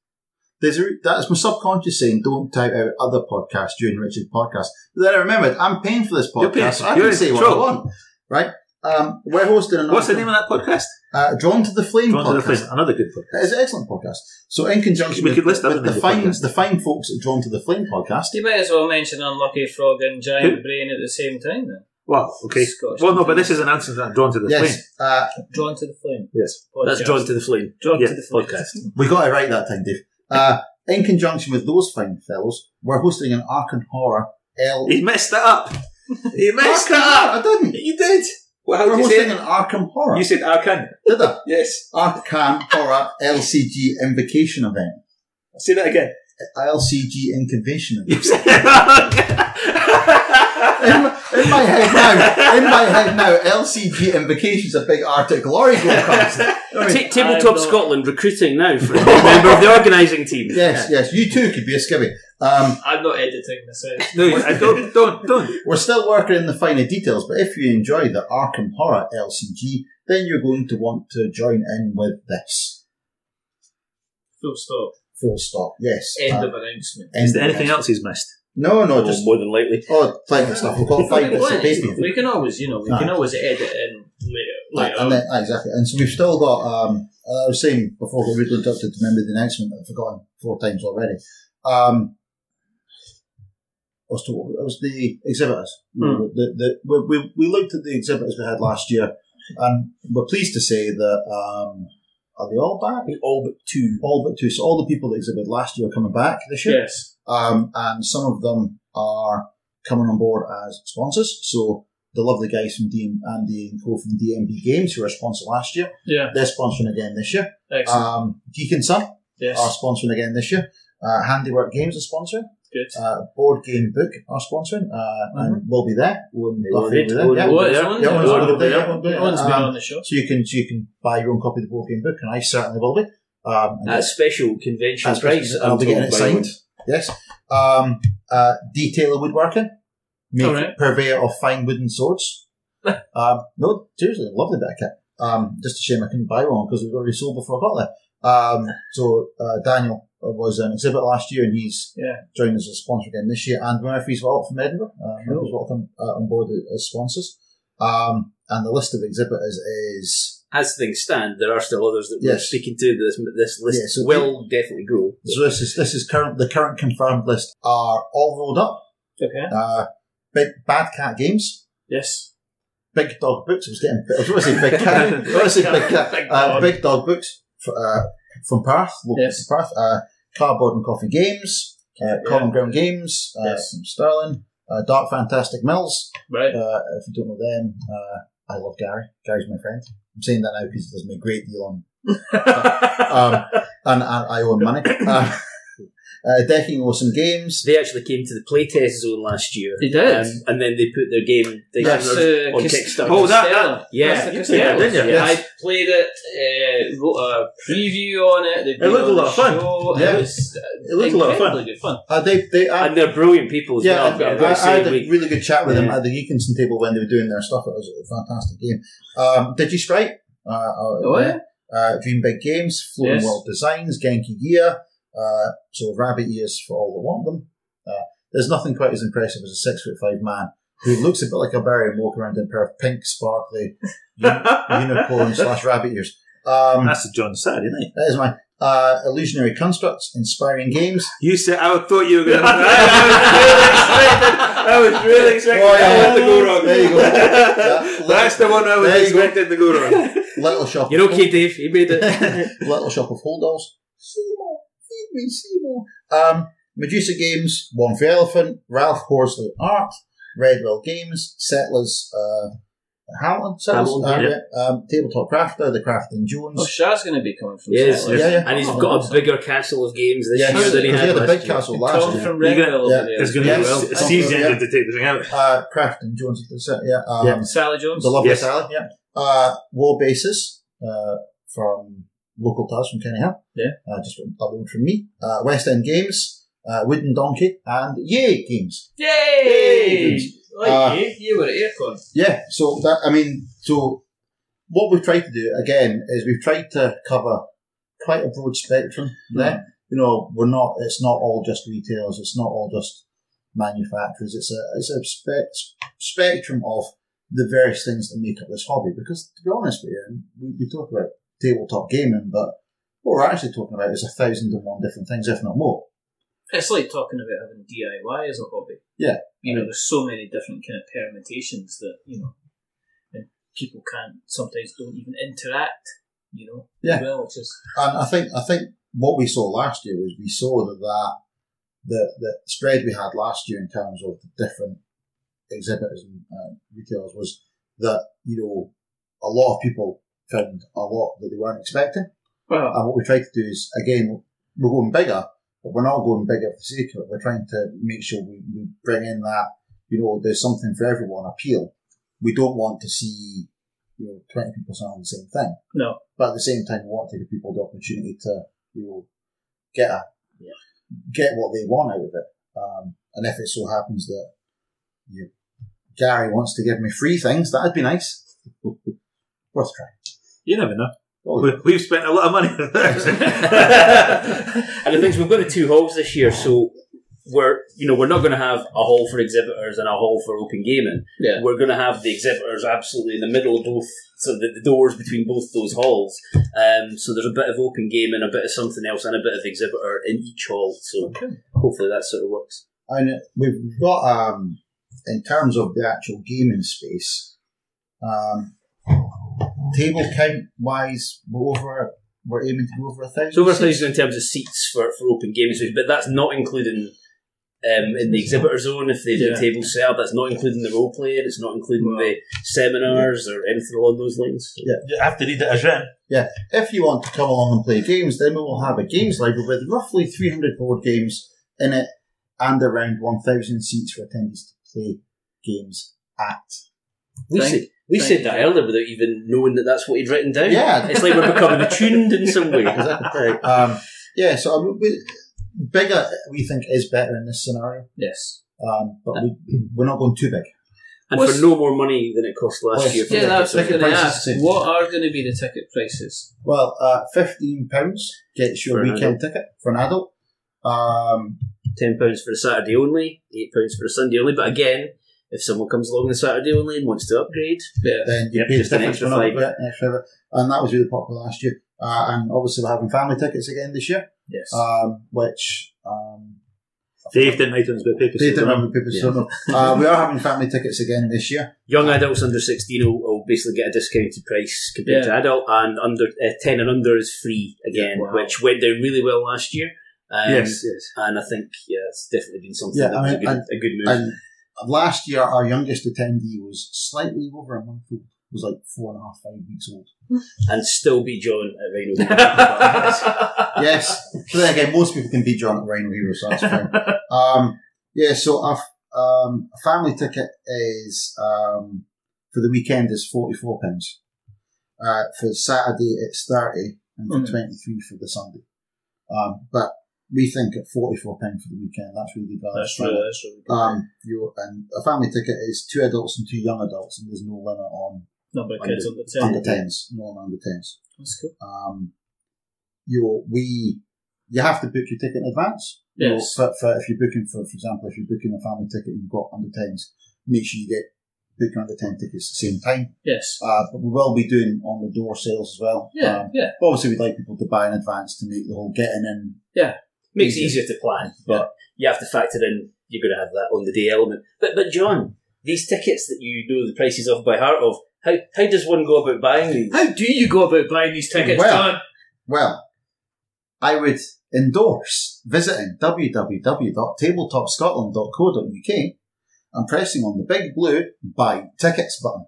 there's a, that's my subconscious saying, don't type out other podcasts during Richard's podcast. But then I remembered, I'm paying for this
You're paying-
podcast, so I
you're
can say
in
what I
trouble.
want, right? Um, we're hosting another.
What's the name of that podcast?
Uh, Drawn to the Flame
Drawn to the
podcast.
Flame. Another good podcast.
It's an excellent podcast. So, in conjunction
We
with,
could list other
with the
names of
fine,
podcasts.
the fine folks at Drawn to the Flame podcast,
You might as well mention Unlucky Frog and Giant
Who?
Brain at the same time then.
Wow, okay.
Scottish
Well, no, but this is an answer that I'm drawn to the flame.
yes, uh,
Drawn to the Flame.
Yes.
That's
podcast.
drawn to the flame.
Drawn
yeah,
to the Flame.
podcast.
we got it right that time, Dave. Uh, in conjunction with those fine fellows, we're hosting an Arkham Horror L.
He messed that up. He messed that up.
I didn't.
You did. Well, how
We're
did you
hosting
say
an
it?
Arkham Horror.
You said Arcan.
Did I?
Yes.
Arkham Horror LCG Invocation Event.
Say that again.
LCG Inconvention Event.
You said it
In, in my head now, in my head now, LCG Invocation's a big Arctic Glory go contest. I mean,
Ta- tabletop
I've got-
Scotland recruiting now for a member of the organising team.
yes, yes, you too could be a skivvy. Um,
I'm not editing this out.
No, I don't, don't, don't.
we're still working in the finer details, but if you enjoy the Arkham Horror LCG, then you're going to want to join in with this.
Full stop.
Full stop. Yes.
End
Uh,
of announcement.
end
Is there
of
anything
this.
else he's missed?
No, no,
Well,
just
more than likely.
oh, plenty of stuff. We've got five bits of paper.
we can always, you know, we
Aye.
can always edit in later.
Like,
later
and
on.
then, ah, exactly. And so we've still got, um, I was saying before we were inducted to remember the announcement, I've forgotten four times already. Um, as to what it was the exhibitors. You
Hmm.
know, The, the, we, we, we looked at the exhibitors we had last year, and we're pleased to say that um, are they all back?
All but two.
All but two. So all the people that exhibited last year are coming back this year
yes.
um, and some of them are coming on board as sponsors. So the lovely guys from DM, Andy and Co from DMB Games, who were sponsored last year,
Yeah.
they're sponsoring again this year.
Uh,
Excellent.
Um, Geek and Son are
yes.
sponsoring again this year. Uh, Handiwork Games are sponsoring.
Good.
Uh, Board Game Book are sponsoring, uh, and we'll be there. Owen
They
Duffy
will be-
will be there,
Owen
yeah.
will
Oh,
be
it's
there.
on
Yeah,
there.
one's
One's
on there.
been
Yeah,
on
um,
the show.
So you can so you can buy your own copy of the Board Game Book, and I certainly will be. Um, and
At special convention
That's
price.
right. I'll be
I'm
getting it
told by
signed. Yes. Um, uh, detailer woodworking. Make
All right.
purveyor of fine wooden swords. um, no, seriously, lovely bit of kit. Um, just a shame I couldn't buy one because it was already sold before I got there. Um, so uh, Daniel was an exhibit last year, and he's
Yeah.
joined as a sponsor again this year. And Murphy's Vault from Edinburgh, uh, Murphy's Vault come, uh, on board as sponsors. Um, and the list of exhibitors is
as things stand, there are still others that we're
Yes.
speaking to. This this list
Yeah, so
will definitely go.
So this is this is current. The current confirmed list are all rolled up.
Okay.
Uh, big bad cat games.
Yes.
Big dog boots. I was getting. I was going to say big cat. I was going to say big cat.
Big
Uh,
dog.
big dog boots f- uh, from Perth. Local
Yes.
from Perth. Uh, cardboard and coffee games. Uh, Common ground games. Uh,
Yes.
From Sterling. Uh, Dark Fantastic Mills.
Right.
Uh, if you don't know them, uh, I love Gary. Gary's my friend. I'm saying that now because he does me a great deal on um, and, and I own money. Uh, uh, decking awesome games.
They actually came to the playtest zone last year.
They did.
Um, and then they put their game. They
That's uh,
on
Kis-
Kickstarter.
Oh, that-
Costello.
Yeah,
That's the
you
Costello.
played that, didn't you?
Yeah,
Yes.
I played it, uh, wrote a preview on it. They've
It
been
looked a
on
lot
the
of fun.
show.
Yeah.
It was uh,
It looked a lot of fun.
incredibly good fun.
Uh, they, they, I,
and they're brilliant people as
yeah,
well.
I,
I've got to
I
say,
had a
we-
really good chat with them
Yeah.
at the Eakinson table when they were doing their stuff. It was a fantastic game. Um, Did you Sprite? Uh, uh,
Oh, yeah.
uh, Dream Big Games, Floating
Yes.
World Designs, Genki Gear. Uh, so rabbit ears for all that want them. Uh, there's nothing quite as impressive as a six foot five man who looks a bit like a bear and walk around in a pair of pink, sparkly unicorn slash rabbit ears. Um,
That's a John Saturday night.
That is my uh, illusionary constructs, inspiring games.
You said I thought you were going to.
I
I was really expecting
Oh, yeah.
that one to go wrong.
There you go. Yeah.
That's the one I was
There you go.
expecting to go wrong.
Little shop,
You're okay, Dave. You made it.
little shop of hold dolls. Seymour, feed me Seymour. Um, Medusa Games, One for Elephant, Ralph Horsley Art, Redwell Games, Settlers, uh, Hamilton, Settlers,
Hamilton,
uh, um, Tabletop Crafter, The Crafting Jones.
Oh, Shah's going to be coming from
Yes,
Scotland.
yeah, yeah.
and he's got a bigger castle of games this
yeah,
year
because
than he
he
had,
had a
last
big
year.
castle last
Tom
year.
from
You're
Redhill
gonna-
over there.
It's going to
Yes.
be well. It's
Oh,
season
yeah.
to take the thing out.
Uh, Crafting Jones, uh, yeah. Um,
Yeah.
Sally Jones.
The lovely
Yes.
Sally, yeah. Uh, War Basis uh, from local Taz from Kenny Hill.
Yeah.
Uh, just up the road from me. Uh, West End Games, uh, Wooden Donkey, and Yay Games.
Yay! Like
Uh,
you, you were at Aircon.
Yeah, so that, I mean, so what we've tried to do, again, is we've tried to cover quite a broad spectrum there. You know, we're not, it's not all just retailers, it's not all just manufacturers, it's a, it's a spe- spectrum of the various things that make up this hobby. Because to be honest with you, we, we talk about tabletop gaming, but what we're actually talking about is a thousand and one different things, if not more.
It's like talking about having DIY as a hobby.
Yeah.
You know, there's so many different kind of permutations that, you know, and people can't, sometimes don't even interact, you know,
Yeah.
as well, which is,
And I think I think what we saw last year was we saw that that the, the spread we had last year in terms of the different exhibitors and uh, retailers was that you know a lot of people found a lot that they weren't expecting.
well,
And what we tried to do is, again, we're going bigger, but we're not going bigger for the sake of it. We're trying to make sure we, we bring in that, you know, there's something for everyone appeal. We don't want to see, you know, 20 people selling the same thing.
No.
But at the same time, we want to give people the opportunity to, you know, get a, get what they want out of it. Um, and if it so happens that, you know, Gary wants to give me free things, that'd be nice. Worth trying.
You never know.
Oh,
We- We've spent a lot of money on this.
and the things we've got the two halls this year, so we're you know we're not going to have a hall for exhibitors and a hall for open gaming.
Yeah.
We're going to have the exhibitors absolutely in the middle of both, so the, the doors between both those halls. Um, so there's a bit of open gaming, a bit of something else, and a bit of exhibitor in each hall. So hopefully that sort of works.
and we've got um in terms of the actual gaming space um table count wise we're over we're aiming to go over a thousand
So over a
seats.
thousand in terms of seats for, for open gaming space, but that's not including um, in the exhibitor zone if they do
Yeah.
table setup. That's not including the role play, and it's not including the seminars or anything along those lines.
You have to read it as written.
if you want to come along and play games then we will have a games library with roughly 300 board games in it and around 1000 seats for attendees to play games at
We
Thank-
said we
thank
said that
you.
earlier without even knowing that that's what he'd written down.
Yeah.
it's like we're becoming attuned in some way.
Exactly. um yeah so I mean, we, bigger we think is better in this scenario
yes.
um, but we, we're not going too big
And
What's-
for no more money than it cost last
Well,
year.
Yeah,
Yeah, that's what I was
ticket
going to
prices
ask.
too.
What are going to be the ticket prices?
Well, uh, fifteen pounds gets your
For an
weekend ticket for an adult. Um,
ten pounds for a Saturday only, eight pounds for a Sunday only. But again, If someone comes along on Saturday only and wants to upgrade,
Yeah.
then you
Yep,
pay the
just an
difference for
extra
another
five.
bit, an extra bit. And that was really popular last year. Uh, and obviously they're having family tickets again this year,
Yes.
um, which um,
Dave didn't write on his bit of paper.
they
so
didn't
no.
remember people, so no. Uh, we are having family tickets again this year.
young adults under 16 will, will basically get a discounted price compared to adult, and under uh, 10 and under is free again,
Wow.
which went down really well last year. Um,
Yes, yes.
And I think, yeah, it's definitely been something
Yeah,
that
I
was
mean,
a, good,
and-
a good move.
And last year, our youngest attendee was slightly over a month old. Was like four and a half, five weeks old.
and still be John at Rhino. Week.
Yes, but then again, most people can be drunk at Rhino Hero, so that's fine. Um, yeah, so a f- um, a family ticket is um, for the weekend is forty four pounds. Uh, for Saturday, it's thirty, and for
Mm.
twenty three for the Sunday. Um, but we think at forty four pounds for the weekend, that's really good.
that's really, that's really good.
Um, you and a family ticket is two adults and two young adults, and there's no limit on
Number of kids on the
under
ten.
tens, no on under tens.
That's cool.
Um, you we you have to book your ticket in advance. You know,
Yes.
for, for if you're booking for for example, if you're booking a family ticket and you've got under tens, make sure you get book your under ten tickets at the same time.
Yes.
Uh, but we will be doing on the door sales as well.
Yeah.
Um,
yeah.
but obviously, we'd like people to buy in advance to make the whole getting in.
Makes it easier to plan, but you have to factor in you're going to have that on the day element. But but John, these tickets that you know the prices of by heart of, how how does one go about buying these?
How do you go about buying these tickets,
Well-
John?
Well, I would endorse visiting www.tabletopscotland.co.uk and pressing on the big blue buy tickets button.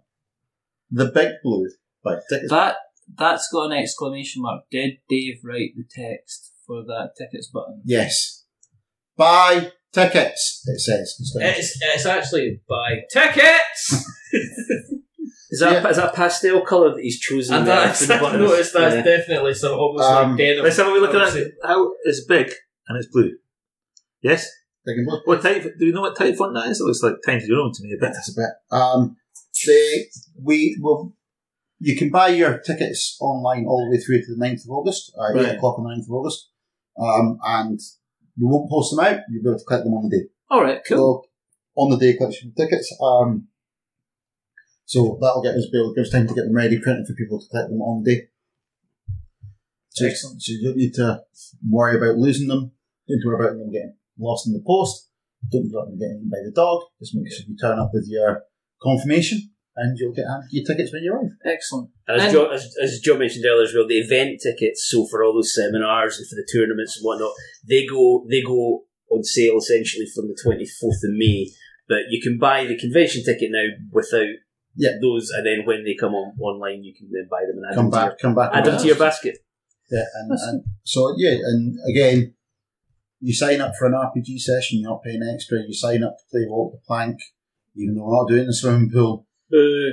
The big blue buy tickets.
That that's got an exclamation mark. Did Dave write the text for that tickets button?
Yes. Buy tickets, it says. instead of-
It's it's actually buy tickets.
Is that
Yeah.
is that pastel colour that he's chosen?
and
there
that's
for the
I
buttons?
noticed that's
Yeah.
definitely some almost
Um,
like denim.
Let's have a wee look at
Obviously.
that. How it's big and it's blue. Yes.
Big and blue.
What type? Do we know what type font that is? It looks like Times New Roman to me a bit.
That's a bit. Um, they, we will. You can buy your tickets online all the way through to the 9th of August, uh, 8
Right.
o'clock on the 9th of August. Um, and we won't post them out. You'll be able to collect them on the day.
All right, cool.
So, on the day collection of tickets. Um, so that'll get us built. Give us time to get them ready, printed for people to collect them on the day. So,
Excellent.
So you don't need to worry about losing them. Don't need to worry about them getting lost in the post. Don't worry about them getting eaten by the dog. Just make sure you turn up with your confirmation, and you'll get handed your tickets when you arrive.
Excellent.
And
And-
as, John, as, as John mentioned earlier as well, the event tickets, so for all those seminars and for the tournaments and whatnot, they go they go on sale essentially from the twenty fourth of May. But you can buy the convention ticket now without
Yeah.
those, and then when they come on online, you can then buy them and add
Come
them to
back, come back,
your, add them to your basket.
Yeah, and, and so yeah, and again, you sign up for an RPG session, you're not paying extra. You sign up to play walk the plank, even though we're not doing the swimming pool,
Boo.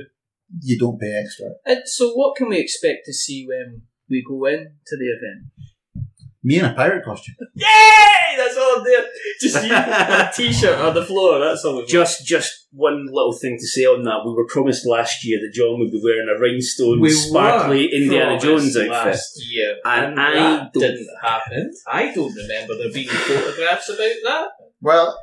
you don't pay extra.
And so, what can we expect to see when we go in to the event?
Me in a pirate costume.
Yay! That's all I'm doing. Just you a t-shirt on the floor. That's all. Just
Just just one little thing to say on that: we were promised last year that John would be wearing a rhinestone, sparkly Indiana Jones outfit.
Yeah,
And I
that
don't-
didn't happen. I don't remember there being photographs about that.
Well,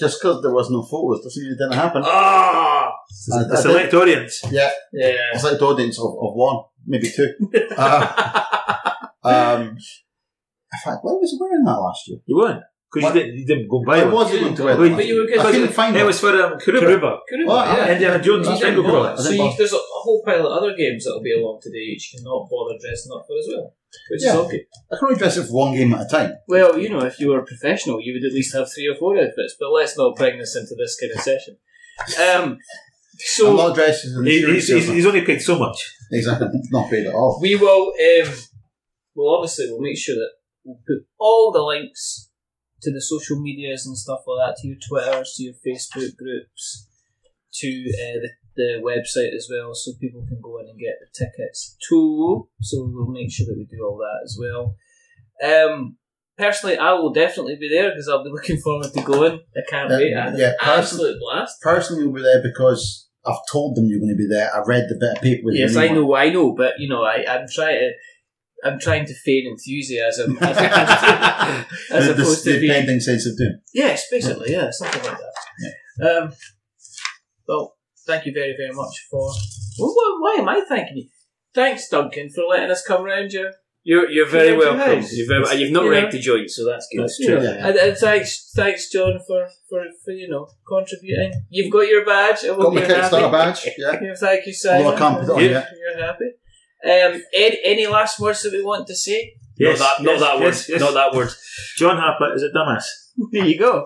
just because there was no photos doesn't mean it didn't happen.
Ah,
It's a-
I- I
a select audience.
Yeah,
yeah.
it's like the audience of, of one, maybe two. Uh, um, in fact, why was I wearing that last year?
You won because
What?
you didn't, you didn't go buy
I
one.
wasn't going to wear that.
But
last
you were
year. I
good.
couldn't find
It
it. Oh,
was for um, Karuba.
Karuba.
Could've-
Well,
yeah.
I-
Indiana Jones.
You
I
didn't
didn't
bother.
bother. I
So
didn't
you,
bother.
there's a whole pile of other games that'll be along today that you cannot bother dressing up for as well, which
Yeah.
is okay.
I can only dress it for one game at a time.
Well, you know, if you were a professional, you would at least have three or four outfits. But let's not bring this into this kind of session. Um, so
I'm not dressed as an
He-
insurance
he's, he's,
salesman.
he's only paid so much.
Exactly, not paid at all.
We will. Um, well, obviously, we'll make sure that we'll put all the links to the social medias and stuff like that to your Twitters, to your Facebook groups, to uh, the, the website as well, so people can go in and get the tickets too. So we'll make sure that we do all that as well. Um, personally, I will definitely be there because I'll be looking forward to going. I can't
Yeah,
wait. I had an
yeah,
absolute blast.
personally will be there because I've told them you're going to be there. I read the bit of paper. with
Yes,
your
I
name on
know, I know, but you know, I, I'm trying to. I'm trying to feign enthusiasm as opposed to,
it.
as
the,
opposed
the,
to
the
being
pending sense of doom.
yes, basically, yeah, something like that. Um, Well, thank you very, very much for. Well, why- why am I thanking you? Thanks, Duncan, for letting us come round your
You're, you're very
Thank you,
welcome.
guys.
You're very, and you've not
You know-
wrecked a joint, so that's good.
That's
you know,
true.
Yeah.
and, and thanks, thanks, John, for, for, for you know contributing. You've got your badge. I hope
Got my
you're
Kickstarter
happy.
badge. Yeah.
Yeah, thank you, Simon.
Although I can't put it on
Yeah.
yet.
You're happy. Um, Ed, any last words that we want to say?
Yes,
not that,
yes,
not that word.
yes, yes.
Not that word.
John Harper is a dumbass.
There you go.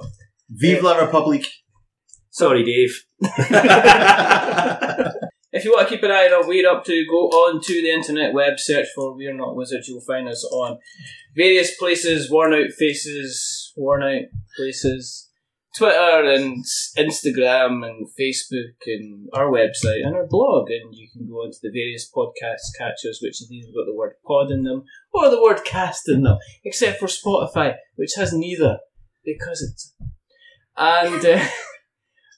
Vive la Republique.
Sorry, Dave.
If you want to keep an eye on what we're up to, go on to the internet web, search for We're Not Wizards. You'll find us on various places, worn out faces, worn out places, Twitter and s- Instagram and Facebook and our website and our blog. And you can go onto the various podcast catchers, which of these have got the word pod in them or the word cast in them, except for Spotify, which has neither because it's. And. Uh,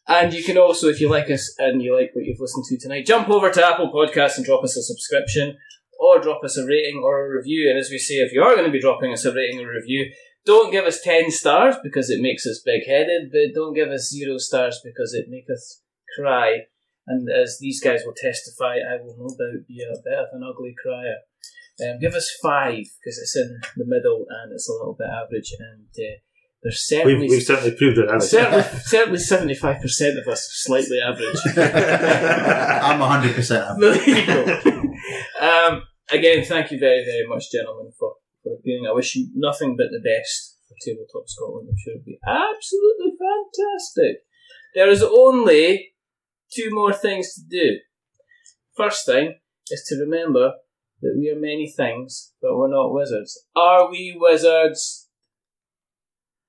And you can also, if you like us and you like what you've listened to tonight, jump over to Apple Podcasts and drop us a subscription or drop us a rating or a review. And as we say, if you are going to be dropping us a rating or review, don't give us 10 stars because it makes us big headed, but don't give us zero stars because it makes us cry. And as these guys will testify, I will no doubt be a bit of an ugly crier. Um, give us five because it's in the middle and it's a little bit average. And uh, there's certainly
We've, we've certainly proved it, haven't
certainly, certainly, seventy-five percent of us are slightly average.
I'm 100% happy.
there you go. Um, again, thank you very, very much, gentlemen, for for appearing. I wish you nothing but the best for Tabletop Scotland. I'm sure it'll be absolutely fantastic. There is only two more things to do. First thing is to remember that we are many things, but we're not wizards. Are we wizards?